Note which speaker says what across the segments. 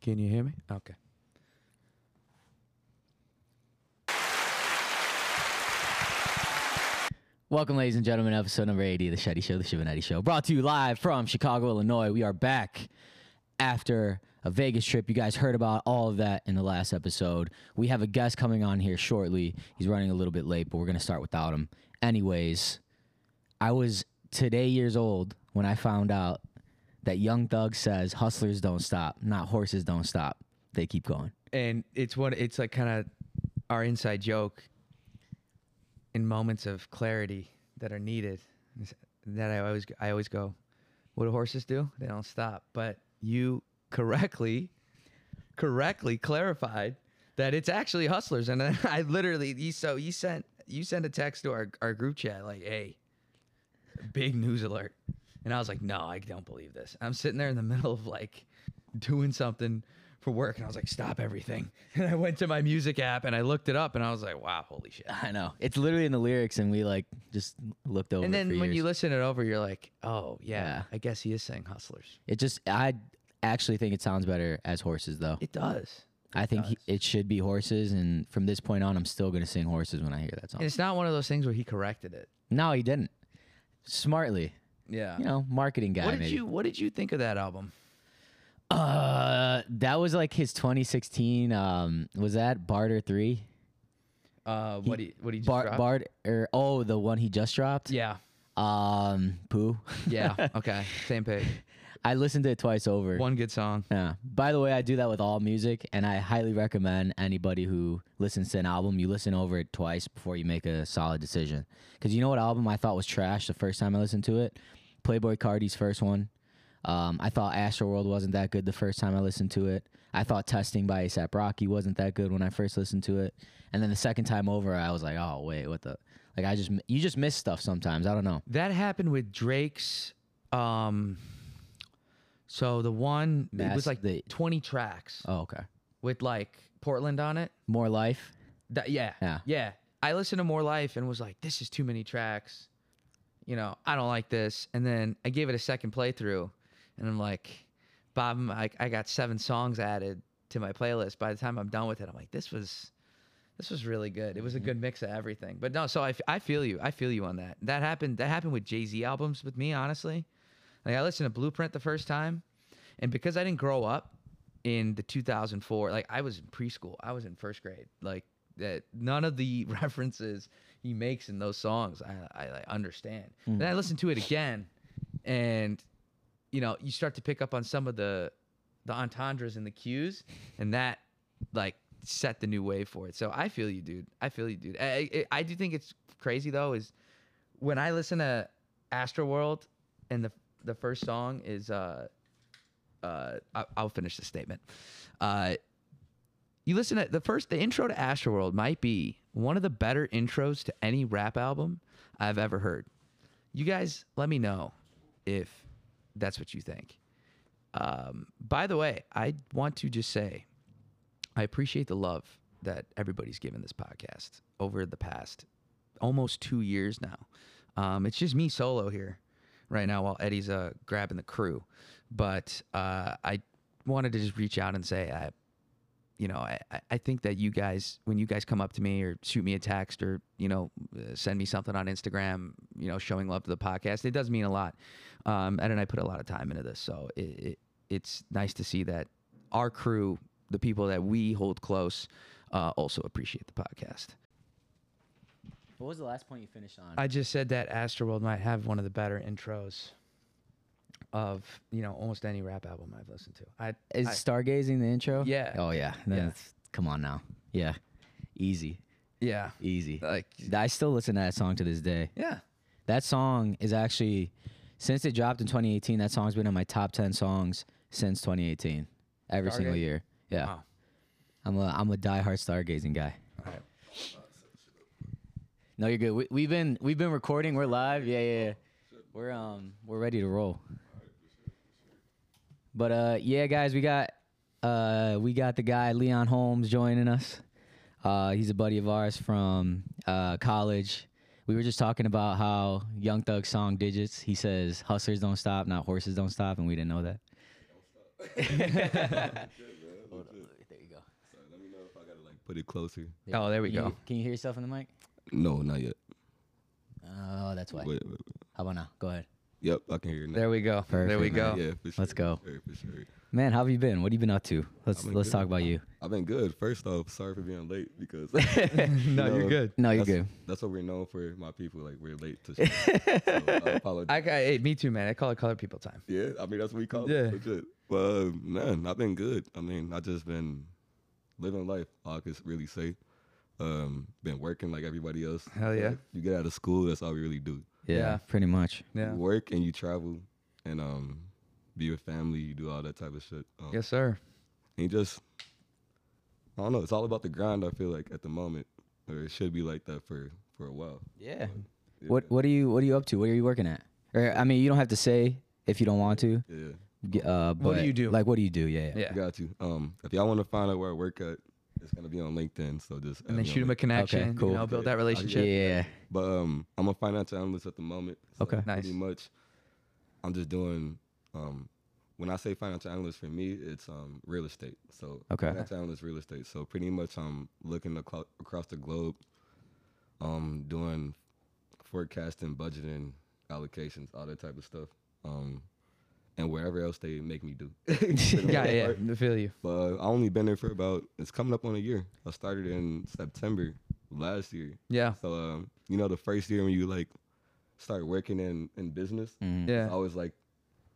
Speaker 1: Can you hear me? Okay.
Speaker 2: Welcome, ladies and gentlemen, to episode number 80 of The Shetty Show, The Shivanetti Show, brought to you live from Chicago, Illinois. We are back after a Vegas trip. You guys heard about all of that in the last episode. We have a guest coming on here shortly. He's running a little bit late, but we're going to start without him. Anyways, I was today years old when I found out that Young Thug says hustlers don't stop, not horses don't stop. They keep going.
Speaker 3: and it's what it's like kind of our inside joke in moments of clarity that are needed is that I always I always go what do horses do they don't stop but you correctly correctly clarified that it's actually hustlers and I, I literally he so you sent you sent a text to our, our group chat like hey big news alert. And I was like, no, I don't believe this. I'm sitting there in the middle of like doing something for work. And I was like, stop everything. And I went to my music app and I looked it up and I was like, wow, holy shit.
Speaker 2: I know. It's literally in the lyrics, and we like just looked over.
Speaker 3: And
Speaker 2: it
Speaker 3: then
Speaker 2: for
Speaker 3: when
Speaker 2: years.
Speaker 3: you listen it over, you're like, oh, yeah,
Speaker 2: Yeah.
Speaker 3: I guess he is saying hustlers.
Speaker 2: It just I actually think it sounds better as horses though.
Speaker 3: It does.
Speaker 2: I think he,
Speaker 3: does.
Speaker 2: it should be horses, and from this point on, I'm still gonna sing horses when I hear that song.
Speaker 3: And it's not one of those things where he corrected it.
Speaker 2: no, he didn't. Smartly,
Speaker 3: Yeah.
Speaker 2: you know, marketing guy.
Speaker 3: what did
Speaker 2: maybe.
Speaker 3: you What did you think of that album?
Speaker 2: Uh, that was like his 2016. Um, was that Barter Three?
Speaker 3: Uh, what he What he just
Speaker 2: Bar
Speaker 3: dropped?
Speaker 2: Bart or oh, the one he just dropped.
Speaker 3: Yeah.
Speaker 2: Um, poo.
Speaker 3: Yeah. okay. Same page.
Speaker 2: I listened to it twice over.
Speaker 3: One good song.
Speaker 2: Yeah. By the way, I do that with all music, and I highly recommend anybody who listens to an album, you listen over it twice before you make a solid decision. Because you know what album I thought was trash the first time I listened to it? Playboy Cardi's first one. Um, I thought Astroworld wasn't that good the first time I listened to it. I thought Testing by ASAP Rocky wasn't that good when I first listened to it. And then the second time over, I was like, oh, wait, what the? Like, I just, you just miss stuff sometimes. I don't know.
Speaker 3: That happened with Drake's. Um, so the one it
Speaker 2: Mass-
Speaker 3: was like
Speaker 2: the-
Speaker 3: twenty tracks
Speaker 2: Oh, okay.
Speaker 3: with like Portland on it.
Speaker 2: More Life.
Speaker 3: That, yeah,
Speaker 2: Yeah.
Speaker 3: yeah. I listened to More Life and was like, "This is too many tracks." You know, I don't like this. And then I gave it a second playthrough, and I'm like, "Bob, I'm- I, I got seven songs added to my playlist." By the time I'm done with it, I'm like, "This was." This was really good. It was a good mix of everything. But no, so I, f- I feel you. I feel you on that. That happened. That happened with Jay Z albums with me, honestly. Like I listened to Blueprint the first time, and because I didn't grow up in the 2004, like I was in preschool, I was in first grade. Like that, none of the references he makes in those songs, I I, like, understand. Then I listened to it again, and you know, you start to pick up on some of the the entendres and the cues, and that like set the new wave for it. So I feel you, dude. I feel you, dude. I, I, I do think it's crazy though. Is when I listen to Astroworld, and the the first song is uh, uh, I, I'll finish the statement. Uh, you listen to the first the intro to Astroworld might be one of the better intros to any rap album I've ever heard. You guys, let me know if that's what you think. Um, by the way, I want to just say I appreciate the love that everybody's given this podcast over the past almost two years now. Um, it's just me solo here right now while Eddie's uh, grabbing the crew. But uh, I wanted to just reach out and say, I, you know, I, I- I think that you guys, when you guys come up to me or shoot me a text or, you know, uh, send me something on Instagram, you know, showing love to the podcast, it does mean a lot. Um, Ed and I put a lot of time into this. So it, it, it's nice to see that our crew, the people that we hold close, uh, also appreciate the podcast.
Speaker 2: What was the last point you finished on?
Speaker 3: I just said that Astroworld might have one of the better intros of you know almost any rap album I've listened to. I
Speaker 2: Is
Speaker 3: I-
Speaker 2: stargazing the intro?
Speaker 3: Yeah.
Speaker 2: Oh yeah.
Speaker 3: Yeah.
Speaker 2: That's- Come on now. Yeah. Easy.
Speaker 3: yeah
Speaker 2: Easy.
Speaker 3: like
Speaker 2: I still listen to that song to this day.
Speaker 3: yeah
Speaker 2: That song is actually since it dropped in 2018. That song's been in my top 10 songs since 2018. Every
Speaker 3: Stargate?
Speaker 2: single year. Yeah.
Speaker 3: Wow.
Speaker 2: I'm a I'm a diehard stargazing guy.
Speaker 3: Alright.
Speaker 2: No, you're good. We, we've been we've been recording. We're live. Yeah, yeah. yeah. We're um we're ready to roll. But uh yeah, guys, we got uh we got the guy Leon Holmes joining us. Uh he's a buddy of ours from uh college. We were just talking about how Young Thug song digits. He says hustlers don't stop, not horses don't stop, and we didn't know that.
Speaker 4: Hold
Speaker 5: legit.
Speaker 4: up, There you go.
Speaker 5: Sorry, let me know if I gotta like put it closer.
Speaker 4: Yeah.
Speaker 3: Oh, there we
Speaker 4: Can you-
Speaker 3: go.
Speaker 4: Can you hear yourself in the mic?
Speaker 5: No, not yet.
Speaker 4: Oh, that's why.
Speaker 5: Wait, wait, wait.
Speaker 4: How about now? Go ahead.
Speaker 5: Yep, I can hear it now.
Speaker 3: There we go. There we
Speaker 4: Perfect,
Speaker 3: go.
Speaker 5: Yeah, for sure.
Speaker 4: Let's go.
Speaker 5: Yeah, for sure.
Speaker 4: Man, how have you been? What have you been up to? Let's
Speaker 5: I've been
Speaker 4: let's
Speaker 5: good.
Speaker 4: talk about you.
Speaker 5: I've been good. First off, sorry for being late because
Speaker 3: no,
Speaker 5: No.
Speaker 3: you're good.
Speaker 4: No, you're
Speaker 5: that's,
Speaker 4: good.
Speaker 5: That's what we're known for. My people, like we're late to. Shit. so I apologize.
Speaker 3: I, I hey, me too, man. I call it color people time.
Speaker 5: yeah, I mean that's what we call
Speaker 3: Yeah.
Speaker 5: it. Legit. But um, man, I've been good. I mean, I just been living life. all I could really say. Um, been working like everybody else.
Speaker 3: Hell yeah.
Speaker 5: Like, you get out of school, that's all we really do.
Speaker 4: Yeah,
Speaker 3: Yeah.
Speaker 4: pretty much.
Speaker 3: Yeah.
Speaker 5: You work and you travel, and um, be with family. You do all that type of shit. Um,
Speaker 3: Yes, sir.
Speaker 5: And you just, I don't know. It's all about the grind. I feel like at the moment, or it should be like that for for a while.
Speaker 4: Yeah.
Speaker 5: Yeah.
Speaker 4: What what are you what are you up to? What are you working at? Or I mean, you don't have to say if you don't want to.
Speaker 5: Yeah.
Speaker 4: G- Uh,
Speaker 3: What do
Speaker 4: but,
Speaker 3: you do?
Speaker 4: Like, what do you do? Yeah, yeah.
Speaker 3: Yeah.
Speaker 5: I got you. Um, if y'all want to find out where I work at, it's gonna be on LinkedIn. So just add
Speaker 3: And then
Speaker 5: me on
Speaker 3: shoot him a
Speaker 5: LinkedIn.
Speaker 3: connection.
Speaker 4: Okay,
Speaker 3: you
Speaker 4: cool.
Speaker 3: know, build that
Speaker 4: Yeah,
Speaker 3: relationship.
Speaker 4: yeah.
Speaker 5: But um, I'm a financial analyst at the moment. so
Speaker 4: Okay.
Speaker 3: Nice.
Speaker 5: Pretty much, I'm just doing um. When I say financial analyst for me, it's um real estate. So
Speaker 4: Okay.
Speaker 5: financial analyst real estate. So pretty much I'm looking aclo- across the globe, um doing forecasting, budgeting, allocations, all that type of stuff. Um, and wherever else they make me do.
Speaker 3: Yeah, yeah. I feel you.
Speaker 5: But uh, I only been there for about it's coming up on a year. I started in September last year.
Speaker 3: Yeah.
Speaker 5: So um, you know, the first year when you like start working in in business,
Speaker 2: Mm.
Speaker 4: Mhm.
Speaker 5: it's
Speaker 3: Yeah.
Speaker 5: always like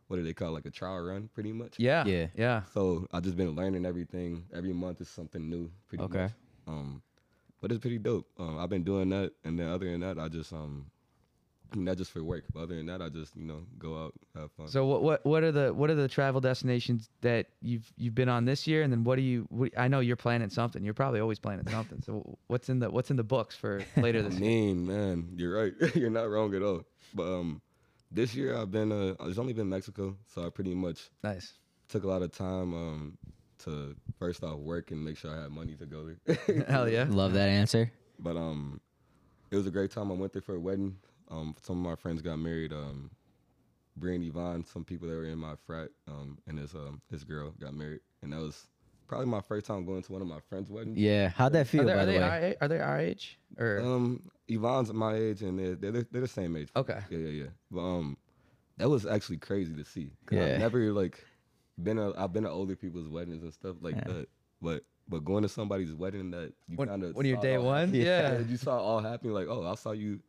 Speaker 5: what do they call it? like a trial run, pretty much.
Speaker 3: Yeah.
Speaker 4: Yeah.
Speaker 3: Yeah.
Speaker 5: So I just been learning everything. Every month is something new, pretty
Speaker 4: Okay.
Speaker 5: much. Um, but it's pretty dope. Um, I've been doing that, and then other than that, I just um, I mean, not just for work, but other than that, I just you know go out have fun.
Speaker 3: So what what what are the what are the travel destinations that you've you've been on this year? And then what do you? What, I know you're planning something. You're probably always planning something. So what's in the what's in the books for later
Speaker 5: I
Speaker 3: this year?
Speaker 5: mean, man, you're right. you're not wrong at all. But um, this year I've been uh, it's only been Mexico, so I pretty much
Speaker 3: Nice.
Speaker 5: took a lot of time um to first off work and make sure I had money to go there.
Speaker 3: Hell yeah.
Speaker 4: Love that answer.
Speaker 5: but um, it was a great time. I went there for a wedding. Um, some of my friends got married. Um, Brandy Vaughn, some people that were in my frat, um, and this um this girl got married, and that was probably my first time going to one of my friends' weddings.
Speaker 4: Yeah. How'd that feel?
Speaker 3: Are, there,
Speaker 4: by
Speaker 3: are,
Speaker 4: the
Speaker 3: they
Speaker 4: way.
Speaker 3: I, are they our age or
Speaker 5: Um, Yvonne's my age, and they're they're, the- they're the same age.
Speaker 3: okay?
Speaker 5: Yeah, yeah, yeah. But um, that was actually crazy to see. i
Speaker 4: Yeah.
Speaker 5: I've never like been a, I've been to older people's weddings and stuff like
Speaker 4: Yeah.
Speaker 5: that. But but going to somebody's wedding that you
Speaker 3: When-
Speaker 5: kind of
Speaker 3: when you're day one? Yeah.
Speaker 5: you saw it all happening. Like oh, I saw you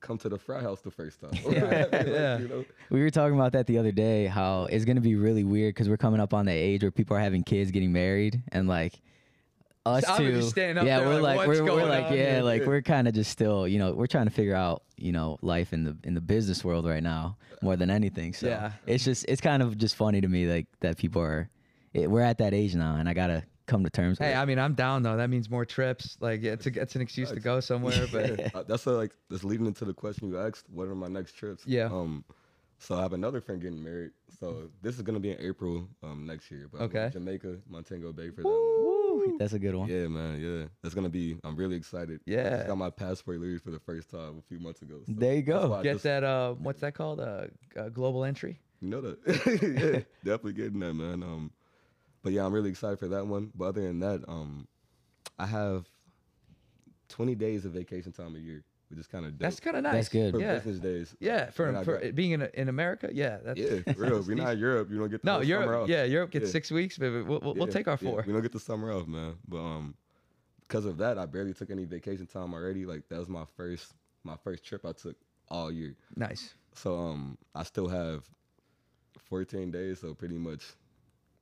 Speaker 5: come to the frat house the first time.
Speaker 3: Yeah.
Speaker 5: Like,
Speaker 3: Yeah.
Speaker 5: you know?
Speaker 4: We were talking about that the other day. How it's gonna be really weird because we're coming up on the age where people are having kids, getting married, and like us
Speaker 3: So I'm
Speaker 4: two.
Speaker 3: just standing up
Speaker 4: yeah,
Speaker 3: there
Speaker 4: we're
Speaker 3: like, "What's
Speaker 4: we're, we're
Speaker 3: going
Speaker 4: like
Speaker 3: on
Speaker 4: yeah,
Speaker 3: here?"
Speaker 4: like
Speaker 5: Yeah.
Speaker 4: we're kind of just still, you know, we're trying to figure out, you know, life in the in the business world right now more than anything. So
Speaker 3: Yeah.
Speaker 4: it's just it's kind of just funny to me like that people are. It, we're at that age now, and I gotta come to terms. with
Speaker 3: Hey,
Speaker 4: it.
Speaker 3: I mean, I'm down though. That means more trips. Like it's a, it's an excuse to go somewhere, but
Speaker 5: Uh, that's uh, like that's leading into the question you asked. What are my next trips?
Speaker 3: Yeah.
Speaker 5: Um, so I have another friend getting married. So this is gonna be in April um next year. But I'm in
Speaker 3: Okay.
Speaker 5: Jamaica, Montego Bay for that one.
Speaker 4: Woo, that's a good one.
Speaker 5: Yeah, man. Yeah, that's gonna be. I'm really excited. I just
Speaker 3: Yeah.
Speaker 5: got my passport literally for the first time a few months ago. so
Speaker 4: There you
Speaker 5: that's
Speaker 4: go.
Speaker 5: why I
Speaker 3: get
Speaker 5: just-
Speaker 3: that. Uh, what's that called? Uh, g- uh global entry.
Speaker 5: You know that. yeah, definitely getting that, man. Um, but yeah, I'm really excited for that one. But other than that, um, I have 20 days of vacation time a year, which is kind of
Speaker 3: That's kind of nice.
Speaker 4: That's good.
Speaker 5: for
Speaker 3: yeah.
Speaker 5: business days.
Speaker 3: Yeah, for,
Speaker 5: And I
Speaker 3: for
Speaker 5: got-
Speaker 3: it being in, in America, yeah, that's
Speaker 5: yeah, for real. We're not in Europe. You don't get the
Speaker 3: no
Speaker 5: whole summer
Speaker 3: Europe.
Speaker 5: off.
Speaker 3: Yeah, Europe gets
Speaker 5: Yeah.
Speaker 3: six weeks, but we'll, we'll, we'll
Speaker 5: Yeah,
Speaker 3: take our
Speaker 5: yeah,
Speaker 3: four.
Speaker 5: we don't get the summer off, man. But um, because of that, I barely took any vacation time already. Like that was my first my first trip I took all year.
Speaker 3: Nice.
Speaker 5: So um, I still have 14 days. So pretty much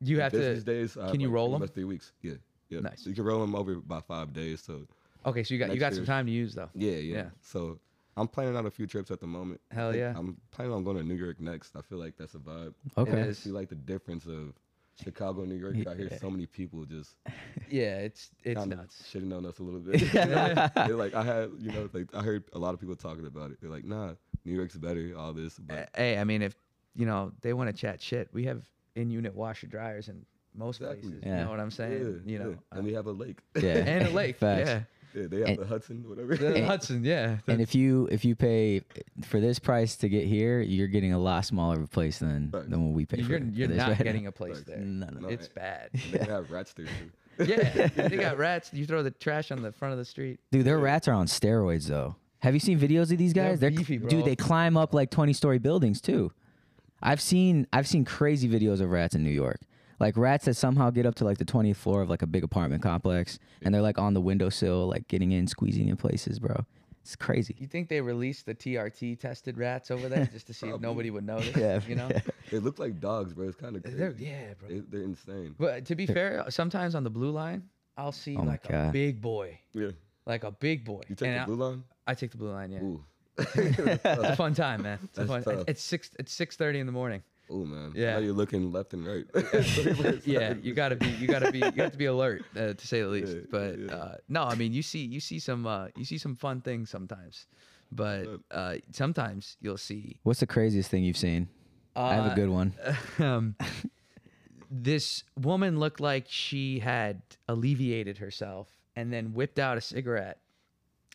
Speaker 3: You have to.
Speaker 5: business days. I have,
Speaker 3: can you
Speaker 5: like,
Speaker 3: roll
Speaker 5: pretty
Speaker 3: 'em?
Speaker 5: much Three weeks. Yeah. Yeah.
Speaker 3: Nice.
Speaker 5: You can roll them over by five days. So
Speaker 3: Okay, so you got you
Speaker 5: next
Speaker 3: got some
Speaker 5: year.
Speaker 3: time to use though.
Speaker 5: yeah, yeah.
Speaker 3: Yeah.
Speaker 5: So I'm planning out a few trips at the moment. I
Speaker 3: Hell
Speaker 5: think
Speaker 3: yeah.
Speaker 5: I'm planning on going to New York next. I feel like that's a vibe.
Speaker 4: Okay.
Speaker 5: I
Speaker 3: is.
Speaker 5: see like the difference of Chicago, New York. I hear so many people just
Speaker 3: Yeah, it's it's
Speaker 5: kind of
Speaker 3: nuts.
Speaker 5: shitting on us a little bit. They're like I had, you know, like I heard a lot of people talking about it. They're like, nah, New York's better. All this, but
Speaker 3: Uh, Hey, I mean, if you know they want to chat shit, we have in-unit washer dryers in most
Speaker 5: Exactly.
Speaker 3: places.
Speaker 4: Yeah.
Speaker 3: You know what I'm saying?
Speaker 5: Yeah,
Speaker 3: You know,
Speaker 5: yeah. and we have a lake.
Speaker 4: Yeah.
Speaker 3: and a lake.
Speaker 4: Facts.
Speaker 3: Yeah.
Speaker 5: Yeah, they have
Speaker 2: And-
Speaker 5: the Hudson, whatever.
Speaker 3: The Hudson, yeah.
Speaker 2: And if you if you pay for this price to get here, you're getting a lot smaller of a place than
Speaker 5: Facts.
Speaker 2: than what we pay for.
Speaker 3: you're
Speaker 2: for
Speaker 3: you're
Speaker 2: this
Speaker 3: not
Speaker 2: right now.
Speaker 3: getting a place
Speaker 5: Like,
Speaker 3: there.
Speaker 2: No, no,
Speaker 5: no.
Speaker 3: It's bad.
Speaker 5: They have rats there too.
Speaker 3: yeah, they got rats. You throw the trash on the front of the street.
Speaker 2: Dude, their rats are on steroids though. Have you seen videos of these
Speaker 3: They're
Speaker 2: guys? They're,
Speaker 3: beefy, bro.
Speaker 2: Dude, they climb up like 20 story buildings too. I've seen I've seen crazy videos of rats in New York. Like rats that somehow get up to like the 20th floor of like a big apartment complex and they're like on the windowsill like getting in, squeezing in places, bro. It's crazy.
Speaker 3: You think they released the TRT tested rats over there just to see if
Speaker 5: Probably.
Speaker 3: nobody would notice?
Speaker 2: Yeah,
Speaker 3: you know,
Speaker 5: They look like dogs, bro. It's kind of crazy.
Speaker 3: they're yeah, bro.
Speaker 5: They, they're insane.
Speaker 3: But to be fair, sometimes on the blue line, I'll see
Speaker 2: Oh my
Speaker 3: like a
Speaker 2: God.
Speaker 3: big boy,
Speaker 5: Yeah.
Speaker 3: like a big boy.
Speaker 5: You take
Speaker 3: and
Speaker 5: the
Speaker 3: I-
Speaker 5: blue line?
Speaker 3: I take the blue line. Yeah,
Speaker 5: Ooh.
Speaker 3: it's a fun time, man. It's a
Speaker 5: That's
Speaker 3: fun.
Speaker 5: tough.
Speaker 3: It's six. It's six thirty in the morning.
Speaker 5: Ooh, man.
Speaker 3: Yeah.
Speaker 5: Now you're looking left and right.
Speaker 3: yeah, you gotta be, you gotta be, you have to be alert uh, to say the least.
Speaker 5: Yeah,
Speaker 3: But
Speaker 5: yeah.
Speaker 3: uh, no, I mean, you see, you see some, uh, you see some fun things sometimes. But uh, sometimes you'll see.
Speaker 2: What's the craziest thing you've seen?
Speaker 3: Uh,
Speaker 2: I have a good one.
Speaker 3: um, this woman looked like she had alleviated herself and then whipped out a cigarette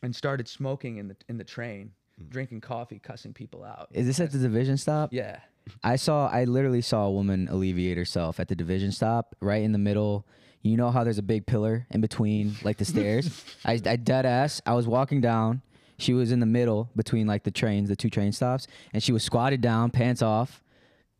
Speaker 3: and started smoking in the in the train, drinking coffee, cussing people out.
Speaker 2: Is this at the division stop?
Speaker 3: yeah.
Speaker 2: I saw I literally saw a woman alleviate herself at the division stop, right in the middle. You know how there's a big pillar in between like the stairs? I, I dead ass. I was walking down. She was in the middle between like the trains, the two train stops, and she was squatted down, pants off,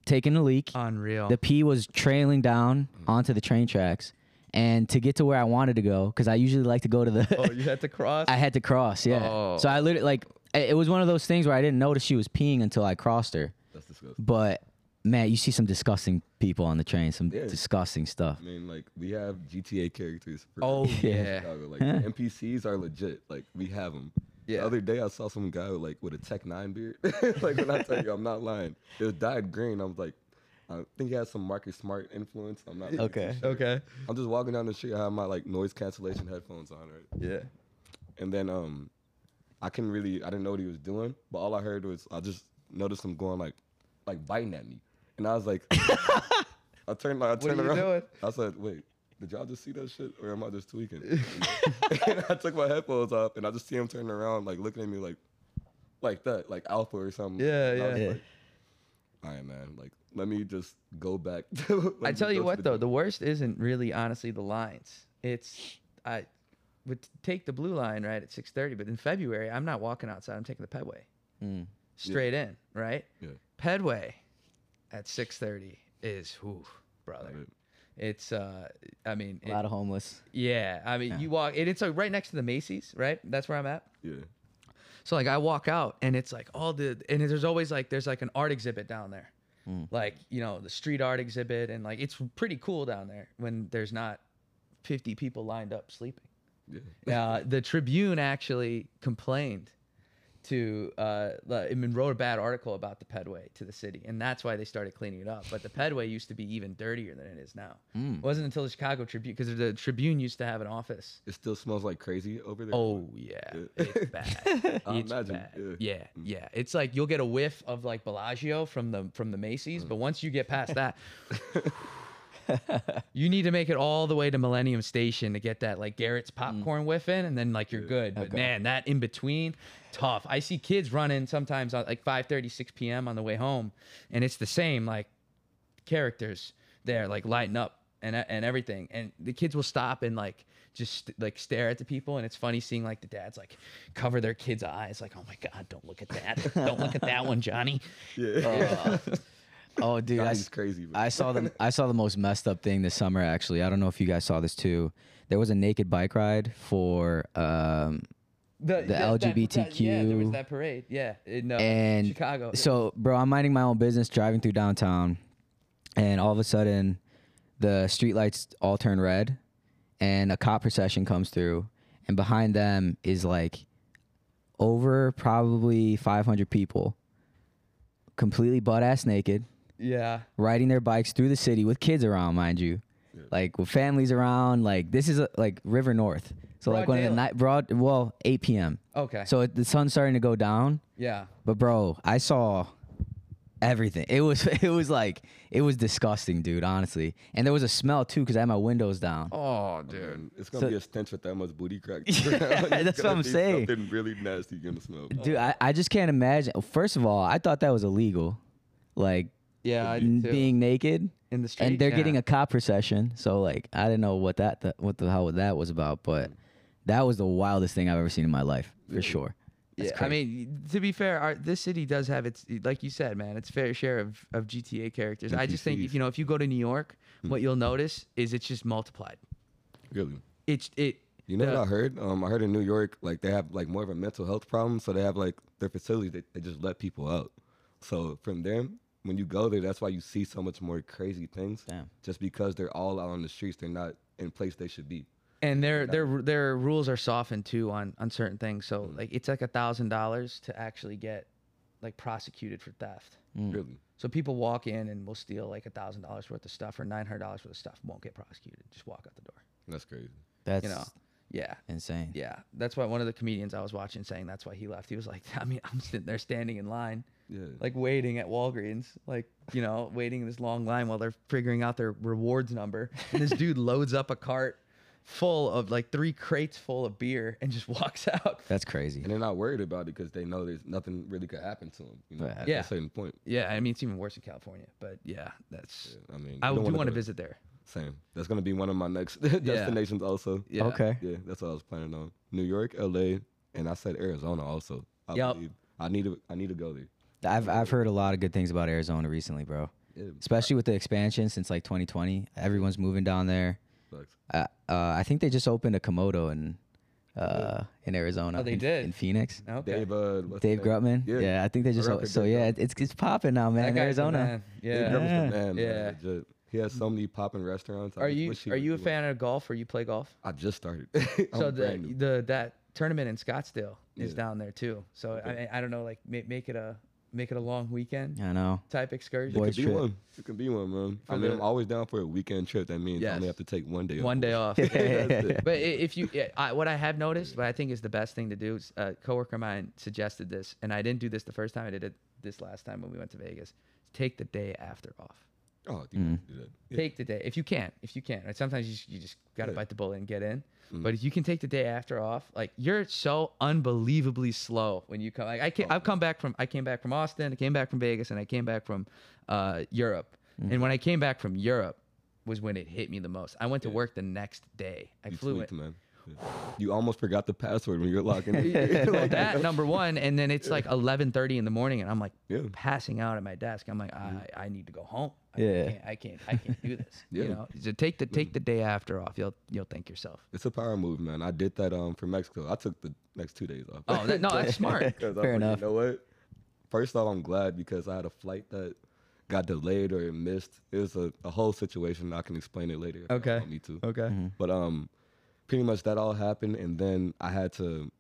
Speaker 2: taking a leak.
Speaker 3: Unreal.
Speaker 2: The pee was trailing down
Speaker 3: Mm.
Speaker 2: onto the train tracks. And to get to where I wanted to go, because I usually like to go to the
Speaker 3: oh, you had to cross.
Speaker 2: I had to cross, yeah.
Speaker 3: Oh.
Speaker 2: So I literally like it it was one of those things where I didn't notice she was peeing until I crossed her.
Speaker 5: That's disgusting.
Speaker 2: But man, you see some disgusting people on the train, some
Speaker 5: Yeah.
Speaker 2: disgusting stuff.
Speaker 5: I mean, like, we have GTA characters. for
Speaker 3: oh
Speaker 2: Yeah.
Speaker 3: yeah.
Speaker 5: Chicago. Like, NPCs are legit. Like, we have them.
Speaker 3: Yeah.
Speaker 5: The other day, I saw some guy with, like with a Tech Nine beard. like when I tell you, I'm not lying. It was dyed green. I was like, I think he has some Marcus Smart influence. I'm not. really too
Speaker 2: Okay.
Speaker 5: sure.
Speaker 3: Okay.
Speaker 5: I'm just walking down the street. I have my like noise cancellation headphones on, right?
Speaker 3: Yeah.
Speaker 5: And then um, I couldn't really, I didn't know what he was doing, but all I heard was I just noticed him going like, like biting at me, and I was like, I turned, like, I turned
Speaker 3: are you
Speaker 5: around.
Speaker 3: doing?
Speaker 5: I said, wait. Did y'all just see that shit, or am I just tweaking? and I took my headphones off, and I just see him turning around, like looking at me, like, like that, like alpha or something.
Speaker 3: Yeah,
Speaker 5: And I was
Speaker 3: yeah.
Speaker 5: like, All right, man. Like, let me just go back. to
Speaker 3: I tell you what though, the worst isn't really honestly the lines. It's I would take the blue line right at 6:30, but in February I'm not walking outside. I'm taking the pedway
Speaker 2: Mm.
Speaker 3: straight in, right?
Speaker 5: Yeah.
Speaker 3: Pedway at 6:30 is whew, brother.
Speaker 5: Love it.
Speaker 3: It's uh, I mean,
Speaker 2: A
Speaker 3: it-
Speaker 2: lot of homeless.
Speaker 3: yeah, I mean, you walk, and it's like right next to the Macy's, right? That's where I'm at.
Speaker 5: yeah,
Speaker 3: So like I walk out and it's like all the and there's always like there's like an art exhibit down there. Like, you know, the street art exhibit and like it's pretty cool down there when there's not 50 people lined up sleeping.
Speaker 5: yeah.
Speaker 3: Uh, the Tribune actually complained to uh the- I mean wrote a bad article about the pedway to the city and that's why they started cleaning it up but the pedway used to be even dirtier than it is now it wasn't until the chicago tribune because the tribune used to have an office
Speaker 5: It still smells like crazy over there.
Speaker 3: Oh yeah, it's bad.
Speaker 5: I
Speaker 3: it's
Speaker 5: imagine,
Speaker 3: bad.
Speaker 5: yeah. Mm.
Speaker 3: Yeah. yeah, It's like you'll get a whiff of like Bellagio from the from the Macy's,
Speaker 5: Mm.
Speaker 3: but once you get past that, you need to make it all the way to Millennium Station to get that like
Speaker 5: Mm.
Speaker 3: Garrett's popcorn whiff in, and then like you're good. But man, that in between, tough. I see kids running sometimes on like 5:30, 6 p.m. on the way home, and it's the same like characters there, like lighting up and and everything. And the kids will stop and like just like stare at the people, and it's funny seeing like the dads like cover their kids' eyes, like, "Oh my God, don't look at that! don't look at that one, Johnny." uh,
Speaker 5: yeah.
Speaker 2: Oh, dude, I,
Speaker 5: That is
Speaker 2: s-
Speaker 5: crazy. Bro.
Speaker 2: I saw the I saw the most messed up thing this summer. Actually, I don't know if you guys saw this too. There was a naked bike ride for um,
Speaker 3: The, yeah, there was
Speaker 2: LGBTQ.
Speaker 3: that parade. Yeah, in uh,
Speaker 2: and
Speaker 3: Chicago.
Speaker 2: So, bro, I'm minding my own business, driving through downtown, and all of a sudden, the streetlights all turn red, and a cop procession comes through, and behind them is like over probably 500 people, completely butt ass naked,
Speaker 3: yeah,
Speaker 2: riding their bikes through the city with kids around, mind you, like with families around. Like this is a, like River North, so like
Speaker 3: Broad
Speaker 2: one of the
Speaker 3: daylight.
Speaker 2: night broad, well, 8 p.m.
Speaker 3: okay,
Speaker 2: So it, the sun's starting to go down.
Speaker 3: yeah,
Speaker 2: But bro, I saw everything. It was it was like it was disgusting, dude. Honestly, and there was a smell too because I had my windows down.
Speaker 3: Oh,
Speaker 5: Dude,
Speaker 3: dude.
Speaker 5: it's gonna
Speaker 2: So-
Speaker 5: be a stench with that much booty crack.
Speaker 2: Yeah,
Speaker 5: It's
Speaker 2: that's what
Speaker 5: gonna
Speaker 2: I'm
Speaker 5: be
Speaker 2: saying.
Speaker 5: Something really nasty you're gonna smell.
Speaker 2: Dude, I, I just can't imagine. First of all, I thought that was illegal, like
Speaker 3: Yeah, I
Speaker 2: n-
Speaker 3: did too.
Speaker 2: being naked,
Speaker 3: in the street.
Speaker 2: and they're
Speaker 3: yeah.
Speaker 2: getting a cop procession. So like, I didn't know what that th- what the hell that was about, but that was the wildest thing I've ever seen in my life for sure. That's
Speaker 3: Yeah, I mean, to be fair, our, this city does have its, like you said, man, its fair share of, of GTA characters. I just think if
Speaker 5: NPCs.
Speaker 3: you know if you go to New York, what you'll notice is it's just multiplied.
Speaker 5: Really.
Speaker 3: It's it.
Speaker 5: You know
Speaker 3: the-
Speaker 5: what I heard? Um, I heard in New York, like they have like more of a mental health problem, so they have like their facilities they, they just let people out. So from them, when you go there, that's why you see so much more crazy things.
Speaker 2: Damn.
Speaker 5: Just because they're all out on the streets, they're not in place they should be.
Speaker 3: and their their their rules are softened too on on certain things. So like it's like a thousand dollars to actually get like prosecuted for theft.
Speaker 2: Mm.
Speaker 5: Really.
Speaker 3: So people walk in and will steal like a thousand dollars worth of stuff or nine hundred dollars worth of stuff, won't get prosecuted. Just walk out the door.
Speaker 5: That's crazy.
Speaker 2: That's
Speaker 3: You know. Yeah.
Speaker 2: insane.
Speaker 3: Yeah, that's why one of the comedians I was watching saying that's why he left. He was like, I mean, I'm sitting there standing in line,
Speaker 5: Yeah.
Speaker 3: like waiting at Walgreens, like you know, waiting in this long line while they're figuring out their rewards number. And this dude loads up a cart full of like three crates full of beer and just walks out.
Speaker 2: That's crazy.
Speaker 5: and they're not worried about it because they know there's nothing really could happen to them. You know,
Speaker 2: Right.
Speaker 5: at
Speaker 3: Yeah.
Speaker 5: a certain point.
Speaker 3: Yeah, I mean, it's even worse in California, but yeah, that's.
Speaker 5: I mean,
Speaker 3: I
Speaker 5: you
Speaker 3: do
Speaker 5: don't wanna
Speaker 3: want to
Speaker 5: go-
Speaker 3: visit there.
Speaker 5: Same. That's gonna be one of my next destinations also.
Speaker 3: Yeah.
Speaker 2: Okay.
Speaker 5: Yeah, that's what I was planning on. New York, LA, and I said Arizona also. I
Speaker 3: Yup.
Speaker 5: believe. I need to I need to go there.
Speaker 2: I've I've heard a lot of good things about Arizona recently, bro.
Speaker 5: Yeah,
Speaker 2: Especially with the expansion since like 2020, everyone's moving down there.
Speaker 5: sucks.
Speaker 2: Uh, uh, I think they just opened a Komodo in uh, in Arizona.
Speaker 3: Oh, they
Speaker 2: in-
Speaker 3: did?
Speaker 2: in Phoenix.
Speaker 3: Okay.
Speaker 5: Dave uh, what's
Speaker 2: Dave
Speaker 5: his name?
Speaker 2: Grutman. Yeah.
Speaker 5: Yeah.
Speaker 2: I think they just
Speaker 5: Rep
Speaker 2: o-
Speaker 5: it,
Speaker 2: so
Speaker 5: Dave
Speaker 2: yeah,
Speaker 5: Grutman.
Speaker 2: it- it's it's popping now,
Speaker 3: That
Speaker 2: man.
Speaker 3: guy's the
Speaker 2: Arizona.
Speaker 3: man.
Speaker 5: Dave
Speaker 3: Yeah.
Speaker 5: Grutman's the man, man.
Speaker 3: Yeah.
Speaker 5: Legit. He has so many popping restaurants. I
Speaker 3: Are
Speaker 5: just
Speaker 3: you
Speaker 5: wish he
Speaker 3: are
Speaker 5: would
Speaker 3: you a
Speaker 5: do it.
Speaker 3: fan of golf or you play golf?
Speaker 5: I just started.
Speaker 3: so
Speaker 5: I'm Oh, brand
Speaker 3: the,
Speaker 5: new.
Speaker 3: the that tournament in Scottsdale is
Speaker 5: Yeah.
Speaker 3: down there too. So I, I don't know, like make, make it a make it a long weekend
Speaker 2: I know.
Speaker 3: type
Speaker 5: it
Speaker 3: excursion.
Speaker 2: Boy
Speaker 5: could be
Speaker 2: trip.
Speaker 5: one. It could be one, man. I
Speaker 3: For
Speaker 5: mean,
Speaker 3: the-
Speaker 5: I'm always down for a weekend trip. That means I
Speaker 3: Yes.
Speaker 5: only have to take one day.
Speaker 3: One day
Speaker 5: off.
Speaker 3: off.
Speaker 5: That's it.
Speaker 3: But i- if you, yeah, I, what I have noticed, what I think is the best thing to do, is a coworker of mine suggested this, and I didn't do this the first time. I did it this last time when we went to Vegas. Take the day after off.
Speaker 5: Oh, dude,
Speaker 2: Mm.
Speaker 5: do that. Yeah.
Speaker 3: Take the day if you can. If you can, right? Sometimes you, just- you just gotta
Speaker 5: Yeah.
Speaker 3: bite the bullet and get in.
Speaker 5: Mm.
Speaker 3: But if you can take the day after off, like you're so unbelievably slow when you come. Like I can I've come back from I came back from Austin, I came back from Vegas, and I came back from uh, Europe.
Speaker 5: Mm-hmm.
Speaker 3: And when I came back from Europe was when it hit me the most. I went to work the next day. I
Speaker 5: You
Speaker 3: flew
Speaker 5: tweaked,
Speaker 3: in.
Speaker 5: man. Yeah. You almost forgot the password when you're logging in.
Speaker 3: Well, that number one, and then it's like 11:30 in the morning, and I'm like
Speaker 5: Yeah. Mm-hmm.
Speaker 3: passing out at my desk. I'm like, I, I need to go home. I
Speaker 2: Yeah.
Speaker 3: can't, I can't, I can't do this.
Speaker 5: Yeah.
Speaker 3: You know, so take the take the day after off. You'll you'll thank yourself.
Speaker 5: It's a power move, man. I did that um for Mexico. I took the next two days off.
Speaker 3: Oh that, no, that's smart.
Speaker 5: 'Cause
Speaker 2: Fair
Speaker 5: I'm like,
Speaker 2: enough.
Speaker 5: You know what? First off, I'm glad because I had a flight that got delayed or missed. It was a, a whole situation. I can explain it later. If
Speaker 3: Okay.
Speaker 5: I need to.
Speaker 3: Okay.
Speaker 5: But um, pretty much that all happened, and then I had to,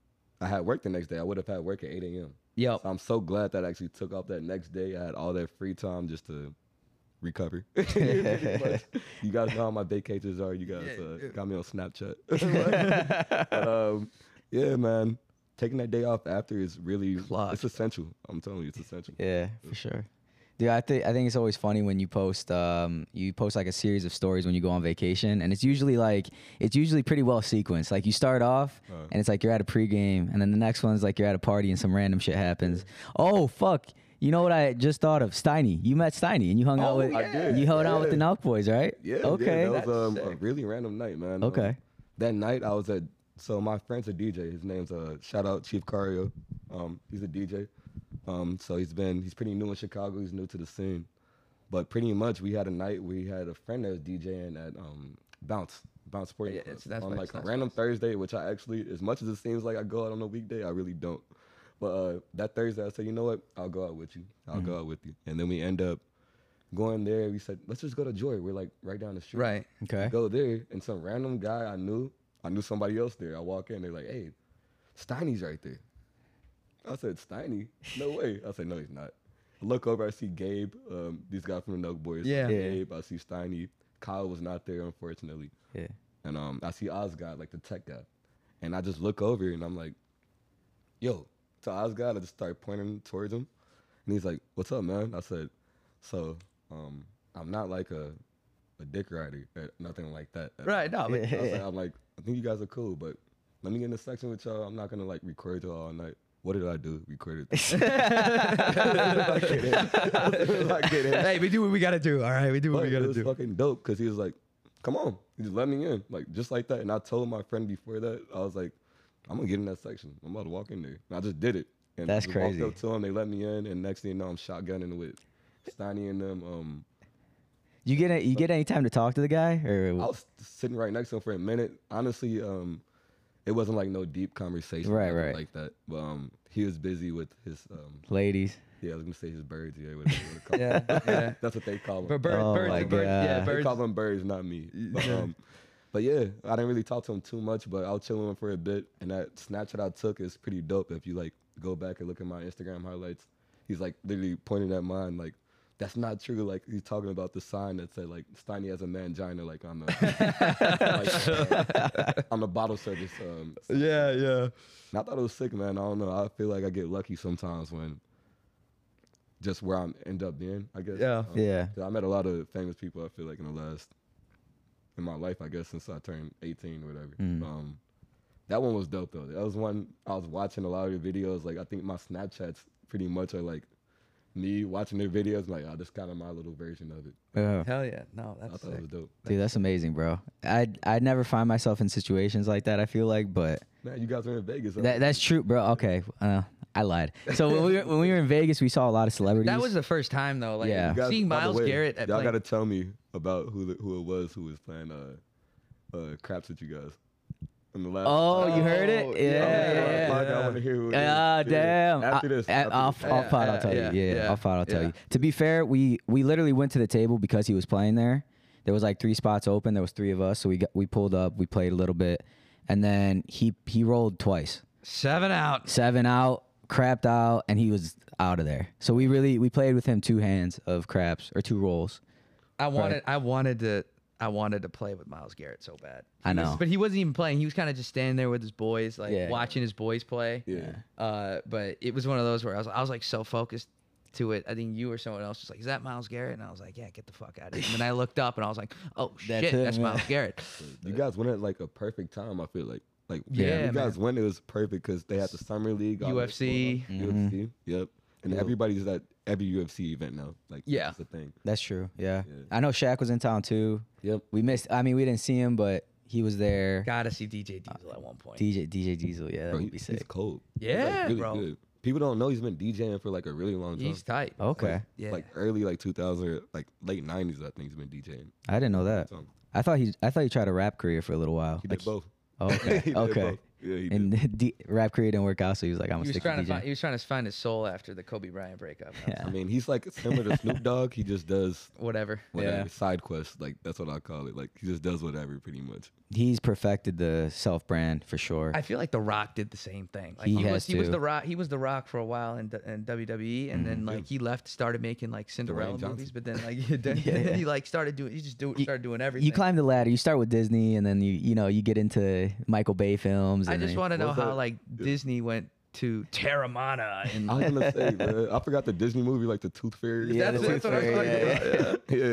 Speaker 5: I had work the next day. I would have had work at 8 a.m.
Speaker 3: Yep.
Speaker 5: So I'm so glad that I actually took off that next day. I had all that free time just to recover. Pretty much. you guys know how my vacations are. You guys uh, got me on Snapchat. but, um, yeah, man. Taking that day off after is really
Speaker 3: Clocked.
Speaker 5: it's essential. I'm telling you, it's essential.
Speaker 2: Yeah, for sure. Dude, I think I think it's always funny when you post um you post like a series of stories when you go on vacation and it's usually like it's usually pretty well sequenced. Like you start off
Speaker 5: Right.
Speaker 2: and it's like you're at a pregame and then the next one's like you're at a party and some random shit happens. Oh fuck. You know what I just thought of? Steiny. You met Steiny and you hung out
Speaker 3: Oh,
Speaker 2: with
Speaker 3: I
Speaker 5: did,
Speaker 2: you hung out with the
Speaker 5: yeah.
Speaker 2: Nelk boys, right?
Speaker 5: Yeah. yeah,
Speaker 2: Okay.
Speaker 5: that was um,
Speaker 3: That's
Speaker 5: a
Speaker 3: sick.
Speaker 5: really random night, man. Um,
Speaker 2: Okay.
Speaker 5: that night I was at so my friend's a DJ. His name's uh shout out Chief Cario. Um, he's a DJ. Um, so he's been he's pretty new in Chicago. He's new to the scene, but pretty much we had a night. We had a friend that was DJing at um Bounce Bounce Sporting
Speaker 3: Yeah,
Speaker 5: Club
Speaker 3: it's- that's
Speaker 5: on
Speaker 3: nice,
Speaker 5: like
Speaker 3: that's
Speaker 5: a random Thursday, which I actually as much as it seems like I go out on a weekday, I really don't. But uh, that Thursday, I said, you know what? I'll go out with you. I'll go
Speaker 3: Mm-hmm.
Speaker 5: out with you. And then we end up going there. We said, let's just go to Joy. We're like right down the street.
Speaker 3: Right.
Speaker 2: Okay.
Speaker 5: Go there, and some random guy I knew, I knew somebody else there. I walk in, they're like, "Hey, Steiny's right there." I said, "Steiny? No way!" I said, "No, he's not." I look over, I see Gabe, um, these guys from the Nug Boys.
Speaker 3: Yeah.
Speaker 2: Yeah.
Speaker 5: Gabe. I see Steiny. Kyle was not there, unfortunately,
Speaker 2: Yeah.
Speaker 5: and um, I see Ozgod, like the tech guy, and I just look over and I'm like, "Yo!" To Ozgod, I just start pointing towards him, And he's like, "What's up, man?" I said, "So, um, I'm not like a a dick rider, or nothing like that." at all."
Speaker 3: Right. No. But,
Speaker 5: I said, I'm like, I think you guys are cool, but let me get in a section with y'all. I'm not gonna like record y'all all night. What did I do? Recorded. I get in.
Speaker 3: hey, we do what we gotta do. All right, we do what
Speaker 5: But
Speaker 3: we
Speaker 5: it
Speaker 3: gotta
Speaker 5: was
Speaker 3: do.
Speaker 5: fucking dope because he was like, "Come on, he just let me in," like just like that. And I told my friend before that, I was like, "I'm gonna get in that section. I'm about to walk in there." And I just did it. And
Speaker 2: That's
Speaker 5: just
Speaker 2: crazy.
Speaker 5: Walked up to him, they let me in, and next thing you know, I'm shotgunning with Steiny and them. Um,
Speaker 2: You get a, you get any time to talk to the guy or
Speaker 5: I was sitting right next to him for a minute. Honestly, um, it wasn't like no deep conversation, or
Speaker 2: Right,
Speaker 5: nothing
Speaker 2: right.
Speaker 5: like that. But um, he was busy with his um,
Speaker 2: ladies?
Speaker 5: yeah, I was gonna say his birds, yeah, whatever you wanna call 'em.
Speaker 3: Yeah. yeah.
Speaker 5: that's what they call them.
Speaker 3: But bird,
Speaker 2: Oh
Speaker 3: birds,
Speaker 2: my
Speaker 3: birds, yeah,
Speaker 2: God.
Speaker 5: They
Speaker 3: birds.
Speaker 5: call them birds, not me. But, um, but yeah, I didn't really talk to him too much, but I was chilling with him for a bit. And that snapshot I took is pretty dope. If you like go back and look at my Instagram highlights, he's like literally pointing at mine like, that's not true. Like he's talking about the sign that said like Steiny has a mangina like on the like, uh, on the bottle service. Um,
Speaker 3: yeah, yeah.
Speaker 5: and I thought it was sick, man. I don't know. I feel like I get lucky sometimes when just where I end up being. I guess. Um,
Speaker 3: Yeah.
Speaker 2: Yeah.
Speaker 5: 'Cause I met a lot of famous people. I feel like in the last in my life, I guess since I turned eighteen or whatever. Um, that one was dope though. That was one I was watching a lot of your videos. Like I think my Snapchats pretty much are like me watching their videos. like oh, this kind of my little version of it.
Speaker 2: Yeah.
Speaker 3: Hell yeah. No,
Speaker 5: I
Speaker 3: that's
Speaker 5: thought it
Speaker 3: sick.
Speaker 5: was dope.
Speaker 2: Dude, that's amazing, bro. I I never find myself in situations like that. I feel like, but
Speaker 5: Man, you guys are in Vegas. huh?
Speaker 2: that, that's true, bro. Okay, uh, I lied. So when we were, when we were in Vegas, we saw a lot of celebrities.
Speaker 3: That was the first time though. Like
Speaker 2: Yeah.
Speaker 5: You guys-
Speaker 3: seeing
Speaker 5: by the
Speaker 3: Miles
Speaker 5: way,
Speaker 3: Garrett at
Speaker 5: Y'all
Speaker 3: like,
Speaker 5: gotta tell me about who the, who it was who was playing uh uh craps with you guys in the last.
Speaker 2: Oh, you heard
Speaker 3: Oh,
Speaker 2: it?
Speaker 3: yeah, yeah,
Speaker 2: Yeah, yeah.
Speaker 5: Fuck, I
Speaker 3: yeah.
Speaker 5: want to hear who it is.
Speaker 2: Ah,
Speaker 5: Yeah.
Speaker 2: damn.
Speaker 5: After
Speaker 2: I-
Speaker 5: this,
Speaker 2: I-
Speaker 5: after
Speaker 2: off,
Speaker 5: this.
Speaker 2: off pod,
Speaker 3: Yeah,
Speaker 2: I'll tell
Speaker 3: yeah,
Speaker 2: you. Yeah,
Speaker 3: yeah,
Speaker 2: off pod, I'll tell
Speaker 3: yeah.
Speaker 2: you. To be fair, we we literally went to the table because he was playing there. There was like three spots open. There was three of us, so we got, we pulled up, we played a little bit, and then he he rolled twice,
Speaker 3: seven out.
Speaker 2: seven out, crapped out, and he was out of there. So we really we played with him two hands of craps or two rolls.
Speaker 3: I wanted I wanted to I wanted to play with Miles Garrett so bad.
Speaker 2: I
Speaker 3: He was-
Speaker 2: know.
Speaker 3: but he wasn't even playing. He was kind of just standing there with his boys, like
Speaker 2: Yeah.
Speaker 3: watching his boys play.
Speaker 5: Yeah.
Speaker 3: Uh, but it was one of those where I was I was like so focused to it. I think you or someone else was like, "Is that Miles Garrett?" And I was like, "Yeah, get the fuck out of here." And then I looked up and I was like, "Oh shit,
Speaker 2: That's
Speaker 3: that's,
Speaker 2: him, yeah.
Speaker 3: Miles Garrett."
Speaker 5: You guys went at like a perfect time. I feel like like
Speaker 3: Yeah,
Speaker 5: you guys went. It was perfect because they had the summer league, all that
Speaker 3: UFC.
Speaker 5: going on. UFC.
Speaker 2: Mm-hmm.
Speaker 5: Yep. And everybody's at every UFC event now. Like
Speaker 3: Yeah.
Speaker 5: that's the thing.
Speaker 2: That's true. Yeah.
Speaker 5: Yeah.
Speaker 2: I know Shaq was in town too.
Speaker 5: Yep.
Speaker 2: We missed. I mean, we didn't see him, but he was there.
Speaker 3: Gotta see DJ Diesel at one point.
Speaker 2: DJ DJ Diesel. Yeah, that
Speaker 5: Bro,
Speaker 2: would
Speaker 5: he-
Speaker 2: be
Speaker 5: he's
Speaker 2: sick.
Speaker 5: cold. He's, like,
Speaker 3: Yeah,
Speaker 5: really
Speaker 3: bro.
Speaker 5: good. People don't know he's been DJing for like a really long time.
Speaker 3: He's tight.
Speaker 2: Okay,
Speaker 3: Yeah.
Speaker 5: Like early like 2000 or like late 90s I think he's been DJing.
Speaker 2: I didn't know that.
Speaker 5: So
Speaker 2: I thought he I thought he tried a rap career for a little while.
Speaker 5: he
Speaker 2: Like,
Speaker 5: did both.
Speaker 2: oh,
Speaker 5: He
Speaker 2: okay.
Speaker 5: did
Speaker 2: okay.
Speaker 5: both. Yeah, he did.
Speaker 2: And D, rap career didn't work out, so he was like, I'm
Speaker 3: he
Speaker 2: gonna
Speaker 3: was
Speaker 2: stick to
Speaker 3: trying to
Speaker 2: DJ.
Speaker 3: find, he was trying to find his soul after the Kobe Bryant breakup. I was
Speaker 2: Yeah.
Speaker 5: I mean, he's like similar to Snoop Dogg. He just does
Speaker 3: like, Whatever.
Speaker 5: whatever
Speaker 2: Yeah.
Speaker 5: side quests. Like that's what I call it. Like he just does whatever pretty much.
Speaker 2: He's perfected the self brand for sure.
Speaker 3: I feel like The Rock did the same thing. Like
Speaker 2: He
Speaker 3: he, was
Speaker 2: has
Speaker 3: he was
Speaker 2: to.
Speaker 3: the Rock he was the Rock for a while in, D- in WWE and then like he left started making like Cinderella
Speaker 5: Dwayne Johnson.
Speaker 3: movies but then like he, did, then he like started doing he just do, started doing everything.
Speaker 2: you climb the ladder. You start with Disney, and then you you know you get into Michael Bay films.
Speaker 3: I
Speaker 2: and
Speaker 3: just
Speaker 2: then-
Speaker 3: want to know
Speaker 5: was
Speaker 3: how
Speaker 5: that-
Speaker 3: like Disney went to Terramana and
Speaker 5: I was gonna say, man, I forgot the Disney movie, like the Tooth Fairy.
Speaker 2: Yeah,
Speaker 3: That's
Speaker 2: the
Speaker 3: what- that's what
Speaker 2: Tooth
Speaker 3: I was
Speaker 2: Fairy,
Speaker 3: talking
Speaker 2: yeah,
Speaker 3: about.
Speaker 5: yeah,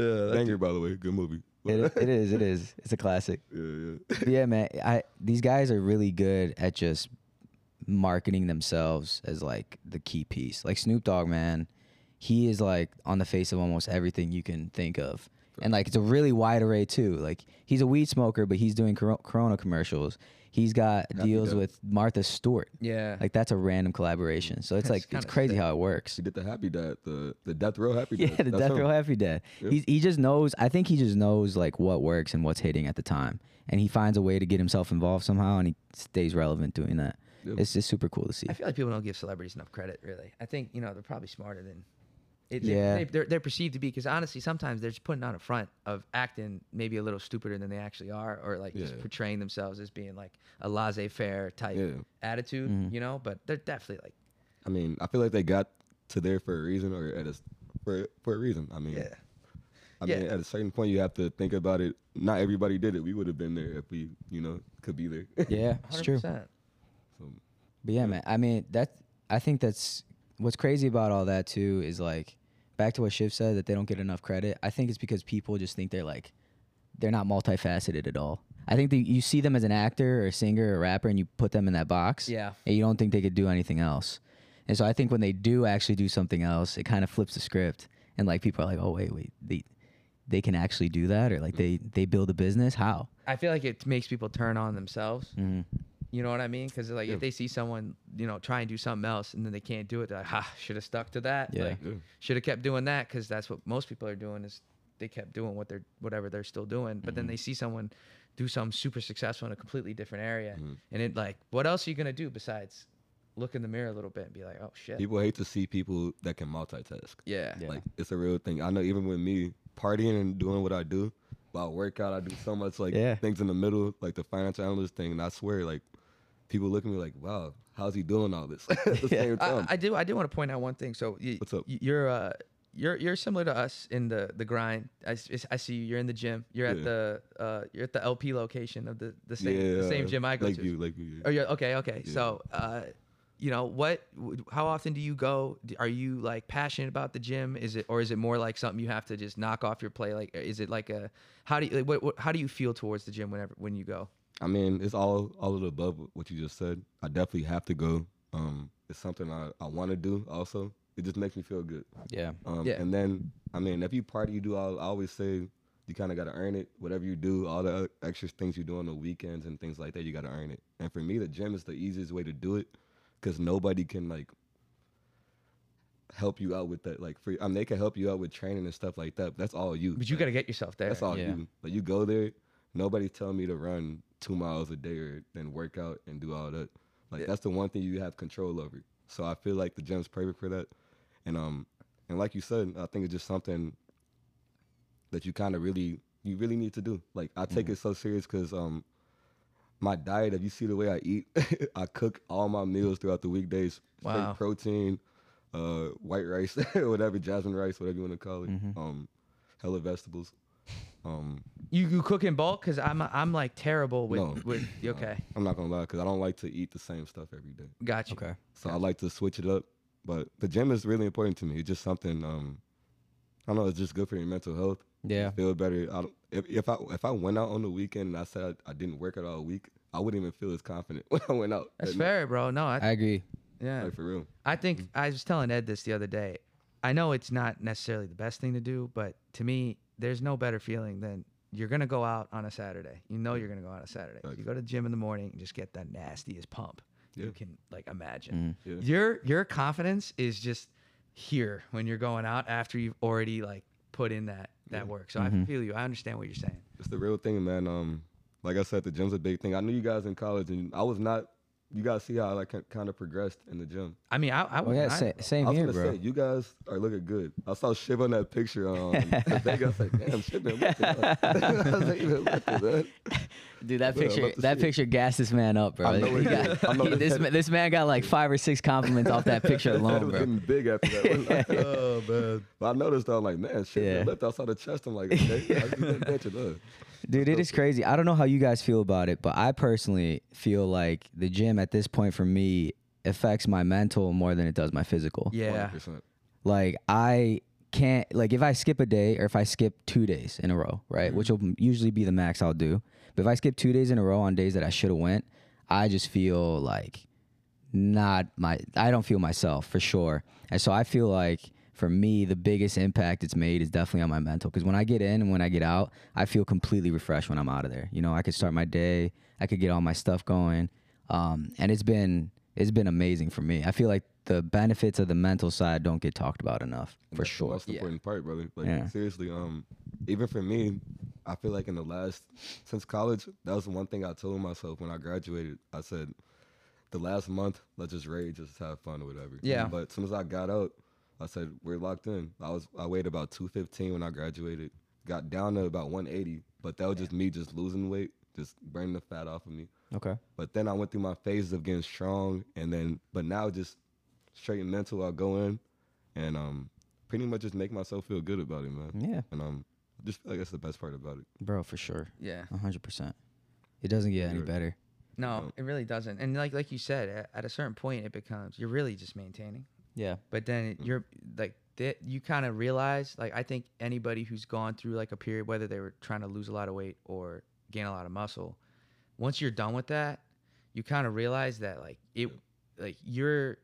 Speaker 5: yeah, man. Banger, by the way, good movie.
Speaker 2: It, it is. It is. It's a classic.
Speaker 5: yeah, yeah.
Speaker 2: But yeah, man. I these guys are really good at just marketing themselves as like the key piece. Like Snoop Dogg, man, he is like on the face of almost everything you can think of, and like it's a really wide array too. Like he's a weed smoker, but he's doing Coro- Corona commercials. He's got deals
Speaker 5: does.
Speaker 2: with Martha Stewart.
Speaker 3: Yeah.
Speaker 2: Like that's a random collaboration. So it's like it's
Speaker 3: kinda
Speaker 2: crazy how it works.
Speaker 5: He did the Happy Dad, the the Death Row Happy Dad.
Speaker 2: Yeah, the
Speaker 5: That's
Speaker 2: Death
Speaker 5: him.
Speaker 2: Row Happy Dad. He he just knows. I think he just knows like what works and what's hitting at the time, and he finds a way to get himself involved somehow, and he stays relevant doing that.
Speaker 5: Yeah.
Speaker 2: It's just super cool to see.
Speaker 3: I feel like people don't give celebrities enough credit, really. I think you know they're probably smarter than it,
Speaker 2: Yeah.
Speaker 3: they, they, they're, they're perceived to be. Because honestly, sometimes they're just putting on a front of acting maybe a little stupider than they actually are, or like just
Speaker 5: Yeah.
Speaker 3: portraying themselves as being like a laissez-faire type
Speaker 5: Yeah.
Speaker 3: attitude, you know. But they're definitely like,
Speaker 5: I mean, I feel like they got to there for a reason, or at a for for a reason. I mean,
Speaker 3: Yeah.
Speaker 5: I
Speaker 3: Yeah.
Speaker 5: mean, at a certain point, you have to think about it. Not everybody did it. We would have been there if we, you know, could be there.
Speaker 2: yeah, it's
Speaker 3: 100%.
Speaker 2: true.
Speaker 5: so,
Speaker 2: But yeah, man. I mean, that I think that's what's crazy about all that too is like back to what Shiv said that they don't get enough credit. I think it's because people just think they're like they're not multifaceted at all. I think that you see them as an actor or a singer or a rapper and you put them in that box.
Speaker 3: Yeah.
Speaker 2: And you don't think they could do anything else. And so I think when they do actually do something else, it kind of flips the script and like people are like, "Oh wait, wait, they they can actually do that or like they they build a business? How?"
Speaker 3: I feel like it makes people turn on themselves.
Speaker 2: Mhm.
Speaker 3: You know what I mean? Because like
Speaker 5: Yeah.
Speaker 3: if they see someone, you know, try and do something else and then they can't do it, they're like, "Ha, should have stuck to that.
Speaker 2: Yeah.
Speaker 3: Like,
Speaker 5: Yeah.
Speaker 3: should have kept doing that." Because that's what most people are doing is they kept doing what they're whatever they're still doing. But then they see someone do something super successful in a completely different area, and it like, what else are you gonna do besides look in the mirror a little bit and be like, "Oh shit."
Speaker 5: People hate to see people that can multitask.
Speaker 3: yeah.
Speaker 2: Yeah.
Speaker 5: Like it's a real thing. I know even with me partying and doing what I do, while I work out, I do so much like
Speaker 2: Yeah.
Speaker 5: things in the middle, like the financial analyst thing, and I swear like people look at me like, Wow, how's he doing all this? At the same
Speaker 3: I,
Speaker 5: time.
Speaker 3: I do. I do want to point out one thing. So you,
Speaker 5: What's up?
Speaker 3: You're uh, you're you're similar to us in the the grind. I, s- I see you. You're in the gym. You're at
Speaker 5: Yeah.
Speaker 3: the uh, you're at the LP location of the the same the same gym I go
Speaker 5: like
Speaker 3: to.
Speaker 5: You, like you,
Speaker 3: Oh, yeah. Okay. Okay.
Speaker 5: Yeah.
Speaker 3: So, uh, you know what? w- How often do you go? D- Are you like passionate about the gym? Is it or is it more like something you have to just knock off your play? Like, uh, is it like a how do you like, what, what how do you feel towards the gym whenever when you go?
Speaker 5: I mean, it's all all of the above what you just said. I definitely have to go. Um, it's something I, I want to do. Also, it just makes me feel good.
Speaker 2: Yeah.
Speaker 5: Um,
Speaker 3: Yeah.
Speaker 5: And then, I mean, if you party, you do all. I always say you kind of got to earn it. Whatever you do, all the o- extra things you do on the weekends and things like that, you got to earn it. And for me, the gym is the easiest way to do it because nobody can like help you out with that. Like, free, I mean, they can help you out with training and stuff like that. But that's all you.
Speaker 3: But you
Speaker 5: Like,
Speaker 3: got to get yourself there.
Speaker 5: that's all
Speaker 2: Yeah.
Speaker 5: you. Like you go there, nobody's telling me to run two miles a day or then work out and do all that. Like that's the one thing you have control over. So I feel like the gym's perfect for that. And um and like you said, I think it's just something that you kind of really you really need to do. Like I take
Speaker 3: Mm-hmm.
Speaker 5: it so serious because um my diet, if you see the way I eat, I cook all my meals throughout the weekdays. Straight
Speaker 3: Wow.
Speaker 5: Protein, uh, white rice, whatever, jasmine rice, whatever you want to call it.
Speaker 3: Mm-hmm.
Speaker 5: Um, hella vegetables. Um,
Speaker 3: You you cook in bulk because I'm I'm like terrible with
Speaker 5: No.
Speaker 3: with okay.
Speaker 5: I'm not gonna lie, because I don't like to eat the same stuff every day.
Speaker 3: Gotcha.
Speaker 2: Okay.
Speaker 5: So I like to switch it up. But the gym is really important to me. It's just something. Um, I don't know. It's just good for your mental health.
Speaker 2: Yeah.
Speaker 5: Feel better. I don't, if, if I if I went out on the weekend and I said I, I didn't work out all week, I wouldn't even feel as confident when I went out.
Speaker 3: That's
Speaker 5: at night.
Speaker 3: fair, bro. No, I,
Speaker 2: I agree.
Speaker 3: yeah.
Speaker 5: Like for real.
Speaker 3: I think I was telling Ed this the other day. I know it's not necessarily the best thing to do, but to me, there's no better feeling than you're gonna go out on a Saturday. You know you're gonna go out on a Saturday.
Speaker 5: Facts.
Speaker 3: You go to the gym in the morning and just get the nastiest pump you
Speaker 5: Yeah.
Speaker 3: can like
Speaker 2: Mm-hmm.
Speaker 3: imagine.
Speaker 5: Mhm. Yeah.
Speaker 3: Your your confidence is just here when you're going out after you've already like put in that that work. So I feel you. I understand what you're saying.
Speaker 5: It's the real thing, man. Um, like I said, the gym's a big thing. I knew you guys in college, and I was not. You guys see how I like kind of progressed in the gym.
Speaker 3: I mean, I, I
Speaker 2: Oh
Speaker 3: would
Speaker 2: yeah,
Speaker 3: not-
Speaker 2: sa- same
Speaker 5: I was
Speaker 2: here,
Speaker 5: gonna
Speaker 2: bro.
Speaker 5: say you guys are looking good. I saw Shiv on that picture. Um, they got like, damn, Shiv been lifting. huh?" I wasn't even looking, man.
Speaker 2: Dude, that
Speaker 5: Yeah, I'd
Speaker 2: picture
Speaker 5: love to
Speaker 2: that
Speaker 5: see it.
Speaker 2: picture gassed this man up, bro.
Speaker 5: I know
Speaker 2: He
Speaker 5: it
Speaker 2: got-
Speaker 5: did. I know
Speaker 2: he-
Speaker 5: this
Speaker 2: this
Speaker 5: had-
Speaker 2: ma- this man got like five or six compliments off that picture
Speaker 5: His head
Speaker 2: alone,
Speaker 5: was
Speaker 2: bro.
Speaker 5: getting big after that. I was like, oh man. But I noticed. I was like, man, Shiv
Speaker 2: Yeah.
Speaker 5: been lifting. I saw the chest. I'm like, okay, I see that picture, look.
Speaker 2: Dude, it is crazy. I don't know how you guys feel about it, but I personally feel like the gym at this point for me affects my mental more than it does my physical.
Speaker 3: Yeah.
Speaker 5: 100%.
Speaker 2: Like I can't like if I skip a day or if I skip two days in a row, right, which will usually be the max I'll do. But if I skip two days in a row on days that I should have went, I just feel like not my I don't feel myself for sure. And so I feel like for me the biggest impact it's made is definitely on my mental cuz when I get in and when I get out, I feel completely refreshed when I'm out of there. You know, I could start my day, I could get all my stuff going. Um and it's been it's been amazing for me. I feel like the benefits of the mental side don't get talked about enough
Speaker 5: And
Speaker 2: for
Speaker 5: that's the
Speaker 2: sure.
Speaker 5: Most important part, brother. Like
Speaker 2: Yeah.
Speaker 5: seriously, um, even for me, I feel like in the last since college, that was the one thing I told myself when I graduated. I said, the last month, let's just rage, just have fun or whatever.
Speaker 3: Yeah.
Speaker 5: But as soon as I got out, I said we're locked in. I was I weighed about two fifteen when I graduated, got down to about one eighty, but that was just me just losing weight, just burning the fat off of me.
Speaker 2: Okay.
Speaker 5: But then I went through my phases of getting strong, and then but now just straight mental. I go in and um pretty much just make myself feel good about it, man.
Speaker 2: Yeah,
Speaker 5: And um just feel like that's the best part about it.
Speaker 2: bro, for sure.
Speaker 3: Yeah.
Speaker 2: 100%. It doesn't get any
Speaker 5: You're-
Speaker 2: better.
Speaker 3: No,
Speaker 5: know?
Speaker 3: it really doesn't. And like like you said, a- at a certain point, it becomes you're really just maintaining.
Speaker 2: Yeah.
Speaker 3: but then you're like that you kind of realize like i think anybody who's gone through like a period whether they were trying to lose a lot of weight or gain a lot of muscle once you're done with that you kind of realize that like it like you're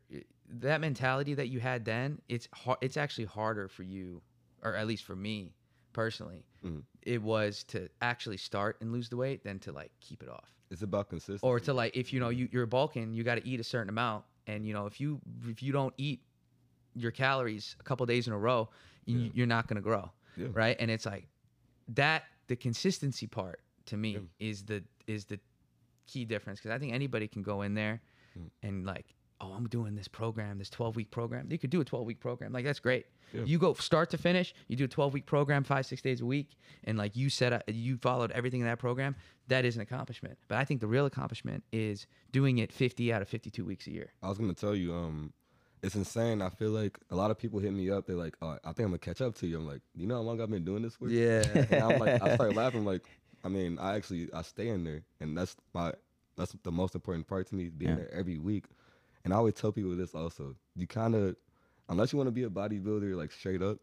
Speaker 3: that mentality that you had then it's hard it's actually harder for you or at least for me personally
Speaker 5: Mhm.
Speaker 3: it was to actually start and lose the weight than to like keep it off
Speaker 5: It's about consistency.
Speaker 3: or to like if you know you, you're bulking you got to eat a certain amount and you know if you if you don't eat your calories a couple days in a row you,
Speaker 5: Yeah.
Speaker 3: you're not going to grow
Speaker 5: Yeah.
Speaker 3: right and it's like that the consistency part to me is the is the key difference because i think anybody can go in there
Speaker 5: Mm.
Speaker 3: and like oh i'm doing this program this 12 week program you could do a 12 week program like that's great
Speaker 5: Yeah.
Speaker 3: you go start to finish you do a 12 week program five six days a week and like you set up you followed everything in that program that is an accomplishment but i think the real accomplishment is doing it 50 out of 52 weeks a year
Speaker 5: I was gonna tell you, um, it's insane. I feel like a lot of people hit me up. They're like, oh, I think I'm gonna catch up to you. I'm like, you know how long I've been doing this for?
Speaker 3: yeah
Speaker 5: And I'm like, I started laughing. Like, I mean, I actually I stay in there, and that's my that's the most important part to me is being
Speaker 2: Yeah.
Speaker 5: there every week. And I always tell people this also. You kind of, unless you want to be a bodybuilder, like straight up,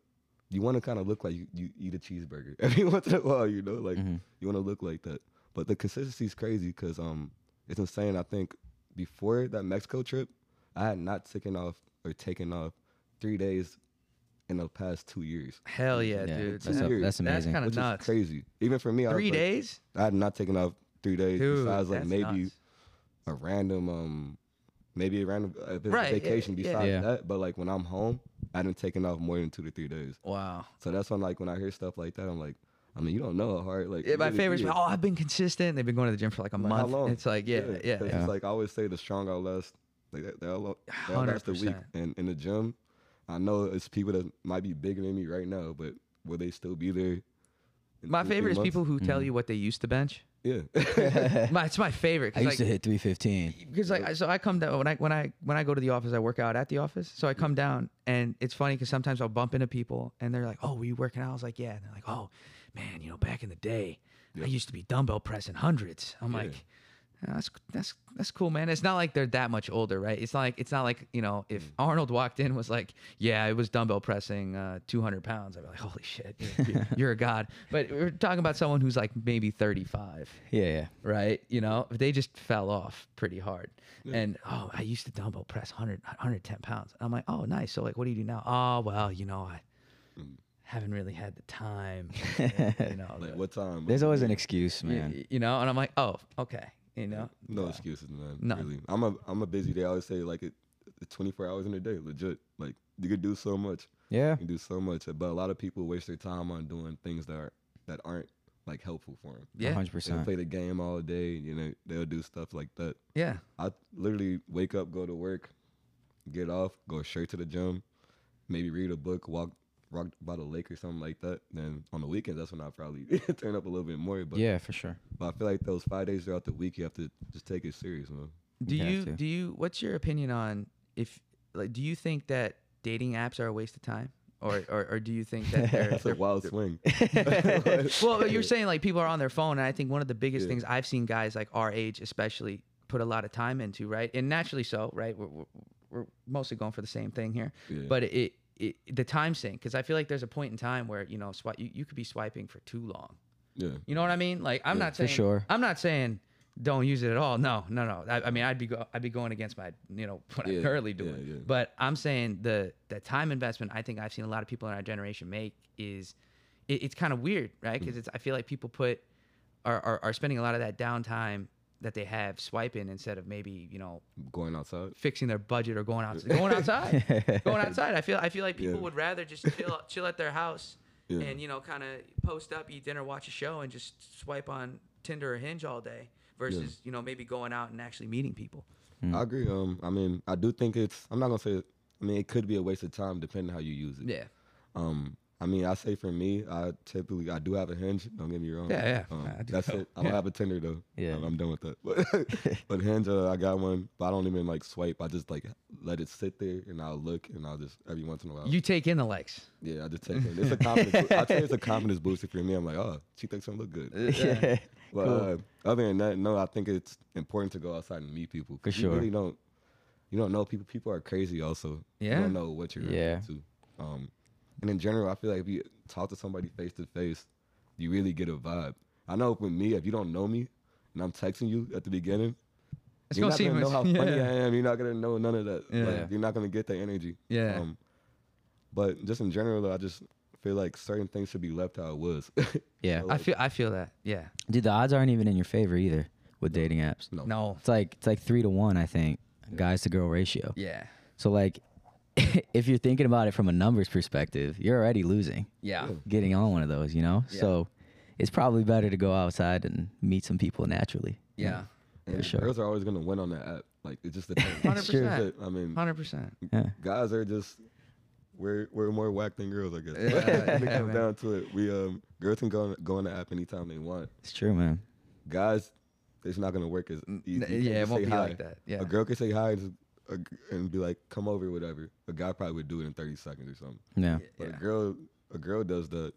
Speaker 5: you want to kind of look like you, you eat a cheeseburger every once in a while. You know, like
Speaker 2: Mhm.
Speaker 5: you want to look like that. But the consistency is crazy because um, it's insane. I think before that Mexico trip, I had not taken off or taken off three days in the past two years.
Speaker 3: hell yeah,
Speaker 2: Yeah,
Speaker 3: dude
Speaker 2: That's,
Speaker 5: Dude,
Speaker 2: that's
Speaker 3: that's
Speaker 2: amazing.
Speaker 3: kind of
Speaker 5: Which
Speaker 3: nuts
Speaker 5: is crazy. Even for me, I was
Speaker 3: three
Speaker 5: like,
Speaker 3: days
Speaker 5: I had not taken off three days.
Speaker 3: dude
Speaker 5: besides, like
Speaker 3: that's
Speaker 5: maybe
Speaker 3: nuts.
Speaker 5: a random, um, maybe a random uh, if it's a
Speaker 3: Right, yeah,
Speaker 5: vacation.
Speaker 3: yeah.
Speaker 5: Besides
Speaker 2: Yeah.
Speaker 5: that, but like when I'm home, I didn't taken off more than two to three days.
Speaker 3: wow
Speaker 5: So that's when like when I hear stuff like that, I'm like, I mean, you don't know how hard like
Speaker 3: Yeah,
Speaker 5: it
Speaker 3: my
Speaker 5: really
Speaker 3: favorite's
Speaker 5: is.
Speaker 3: oh, I've been consistent. They've been going to the gym for like a
Speaker 5: Like,
Speaker 3: month.
Speaker 5: How long?
Speaker 3: It's like, yeah, yeah.
Speaker 5: 'cause
Speaker 3: yeah.
Speaker 2: Yeah.
Speaker 5: It's like I always say, the strong out last. Like that, that, will that last a week.
Speaker 3: 100%.
Speaker 5: And in the gym, I know it's people that might be bigger than me right now, but will they still be there? in
Speaker 3: My
Speaker 5: two, three
Speaker 3: favorite is
Speaker 5: months? Mm-hmm.
Speaker 3: people who tell you what they used to bench.
Speaker 5: Yeah.
Speaker 3: My, it's my favorite
Speaker 2: I
Speaker 3: because
Speaker 2: used
Speaker 3: like,
Speaker 2: to hit 315.
Speaker 3: because like I- so I come down when I when I when I go to the office I work out at the office so I come down and it's funny because sometimes I'll bump into people and they're like oh were you working out I was like yeah and they're like oh man you know back in the day I used to be dumbbell pressing hundreds I'm like "Oh, that's that's that's cool man it's not like they're that much older right it's not like it's not like you know if Arnold walked in was like yeah it was dumbbell pressing uh, 200 pounds I'd be like holy shit you're, you're a god but we're talking about someone who's like maybe 35
Speaker 2: Yeah, yeah.
Speaker 3: right? You know, they just fell off pretty hard. And oh, I used to dumbbell press 100, 110 pounds. I'm like, oh, nice. So, like, what do you do now? Oh, well, you know, I haven't really had the time. you know,
Speaker 5: like
Speaker 3: the-
Speaker 5: what time?
Speaker 2: There's
Speaker 5: What-
Speaker 2: always an excuse,
Speaker 3: y-
Speaker 2: man.
Speaker 3: y- you know, and I'm like, oh, okay. You know,
Speaker 5: No excuses, man.
Speaker 3: No.
Speaker 5: Really. I'm a I'm a busy day. I always say like it, it's 24 hours in a day, legit. Like you could do so much.
Speaker 2: Yeah.
Speaker 5: You can do so much, but a lot of people waste their time on doing things that are that aren't like helpful for them.
Speaker 3: yeah,
Speaker 2: 100%.
Speaker 5: They'll play the game all day, you know, they'll do stuff like that.
Speaker 3: yeah.
Speaker 5: I literally wake up, go to work, get off, go straight to the gym, maybe read a book, walk walk by the lake or something like that. Then on the weekends, that's when I probably turn up a little bit more. But,
Speaker 2: yeah, for sure.
Speaker 5: but I feel like those five days throughout the week, you have to just take it serious, man.
Speaker 3: Do
Speaker 2: You have
Speaker 3: you
Speaker 2: to.
Speaker 3: do you what's your opinion on if like do you think that dating apps are a waste of time or or, or do you think that they're,
Speaker 5: That's a
Speaker 3: they're
Speaker 5: wild swing.
Speaker 3: well, you're saying like people are on their phone, and I think one of the biggest
Speaker 5: Yeah.
Speaker 3: things I've seen guys like our age, especially, put a lot of time into, right? And naturally so, right? We're, we're, we're mostly going for the same thing here,
Speaker 5: Yeah.
Speaker 3: but it, it the time sink because I feel like there's a point in time where you know swipe you, you could be swiping for too long.
Speaker 5: yeah,
Speaker 3: You know what I mean? Like I'm not saying
Speaker 2: sure.
Speaker 3: I'm not saying don't use it at all. No, no, no. I, I mean I'd be go, I'd be going against my you know what
Speaker 5: Yeah,
Speaker 3: I'm currently
Speaker 5: yeah,
Speaker 3: doing.
Speaker 5: yeah.
Speaker 3: But I'm saying the the time investment I think I've seen a lot of people in our generation make is it, it's kind of weird,
Speaker 5: Mm.
Speaker 3: right? Because it's I feel like people put are, are are spending a lot of that downtime that they have swiping instead of maybe you know
Speaker 5: going outside.
Speaker 3: fixing their budget or going out going outside going outside i feel i feel like people would rather just chill chill at their house
Speaker 5: Yeah.
Speaker 3: and you know kind of post up eat dinner watch a show and just swipe on tinder or hinge all day versus you know maybe going out and actually meeting people
Speaker 5: I agree. Um, I mean, I do think it's. I'm not gonna say. I mean, it could be a waste of time depending how you use it.
Speaker 3: yeah
Speaker 5: Um, I mean, I say for me, I typically I do have a hinge. Don't get me wrong.
Speaker 3: Yeah, yeah,
Speaker 5: Um,
Speaker 3: I do
Speaker 5: that's
Speaker 3: too.
Speaker 5: it. I don't have a Tinder though.
Speaker 2: Yeah.
Speaker 5: I'm, I'm done with that. But, but hinge, uh, I got one, but I don't even like swipe. I just like let it sit there, and I'll look, and I'll just every once in a while.
Speaker 3: you take in the likes
Speaker 5: yeah, I just take it. It's a confidence. I tell you, it's a confidence booster for me. I'm like, oh, she thinks I look good.
Speaker 2: Yeah.
Speaker 5: But uh, other than that, no, I think it's important to go outside and meet people. 'cause
Speaker 2: For
Speaker 5: You
Speaker 2: sure.
Speaker 5: really don't. you don't know people. People are crazy. Also,
Speaker 3: Yeah.
Speaker 5: you don't know what you're
Speaker 2: Yeah.
Speaker 5: into. Um, and in general, I feel like if you talk to somebody face to face, you really get a vibe. I know with me, if you don't know me, and I'm texting you at the beginning,
Speaker 3: It's
Speaker 5: you're
Speaker 3: gonna
Speaker 5: not
Speaker 3: seem
Speaker 5: gonna know how
Speaker 3: yeah.
Speaker 5: funny I am. You're not gonna know none of that.
Speaker 3: Yeah.
Speaker 5: Like, you're not gonna get that energy.
Speaker 3: Yeah.
Speaker 5: Um, but just in general, though, I just feel like certain things should be left how it was.
Speaker 2: Yeah.
Speaker 5: So,
Speaker 3: I
Speaker 5: like,
Speaker 3: feel I feel that. Yeah.
Speaker 2: Dude, the odds aren't even in your favor either with dating apps.
Speaker 5: no.
Speaker 3: No.
Speaker 2: It's like it's like three to one, I think, guys to girl ratio.
Speaker 3: Yeah.
Speaker 2: So like, if you're thinking about it from a numbers perspective, you're already losing
Speaker 3: Yeah.
Speaker 2: getting on one of those, you know.
Speaker 3: Yeah.
Speaker 2: So it's probably better to go outside and meet some people naturally.
Speaker 3: Yeah.
Speaker 5: And
Speaker 2: sure.
Speaker 5: Girls are always gonna win on that app. Like it just depends.
Speaker 3: 100%.
Speaker 5: I mean,
Speaker 3: Hundred percent.
Speaker 2: Yeah.
Speaker 5: guys are just we're we're more whack than girls, I guess.
Speaker 3: Yeah,
Speaker 5: when it
Speaker 3: yeah,
Speaker 5: comes
Speaker 3: man.
Speaker 5: down to it, we um girls can go on, go on the app anytime they want.
Speaker 2: It's true, man.
Speaker 5: Guys, it's not gonna work as easy.
Speaker 3: N- yeah, it won't be
Speaker 5: hi.
Speaker 3: like that. Yeah.
Speaker 5: A girl can say hi and, just- a g- and be like, "Come over," or whatever. A guy probably would do it in thirty seconds or something.
Speaker 2: Yeah.
Speaker 5: But
Speaker 3: Yeah.
Speaker 5: a girl, a girl does that.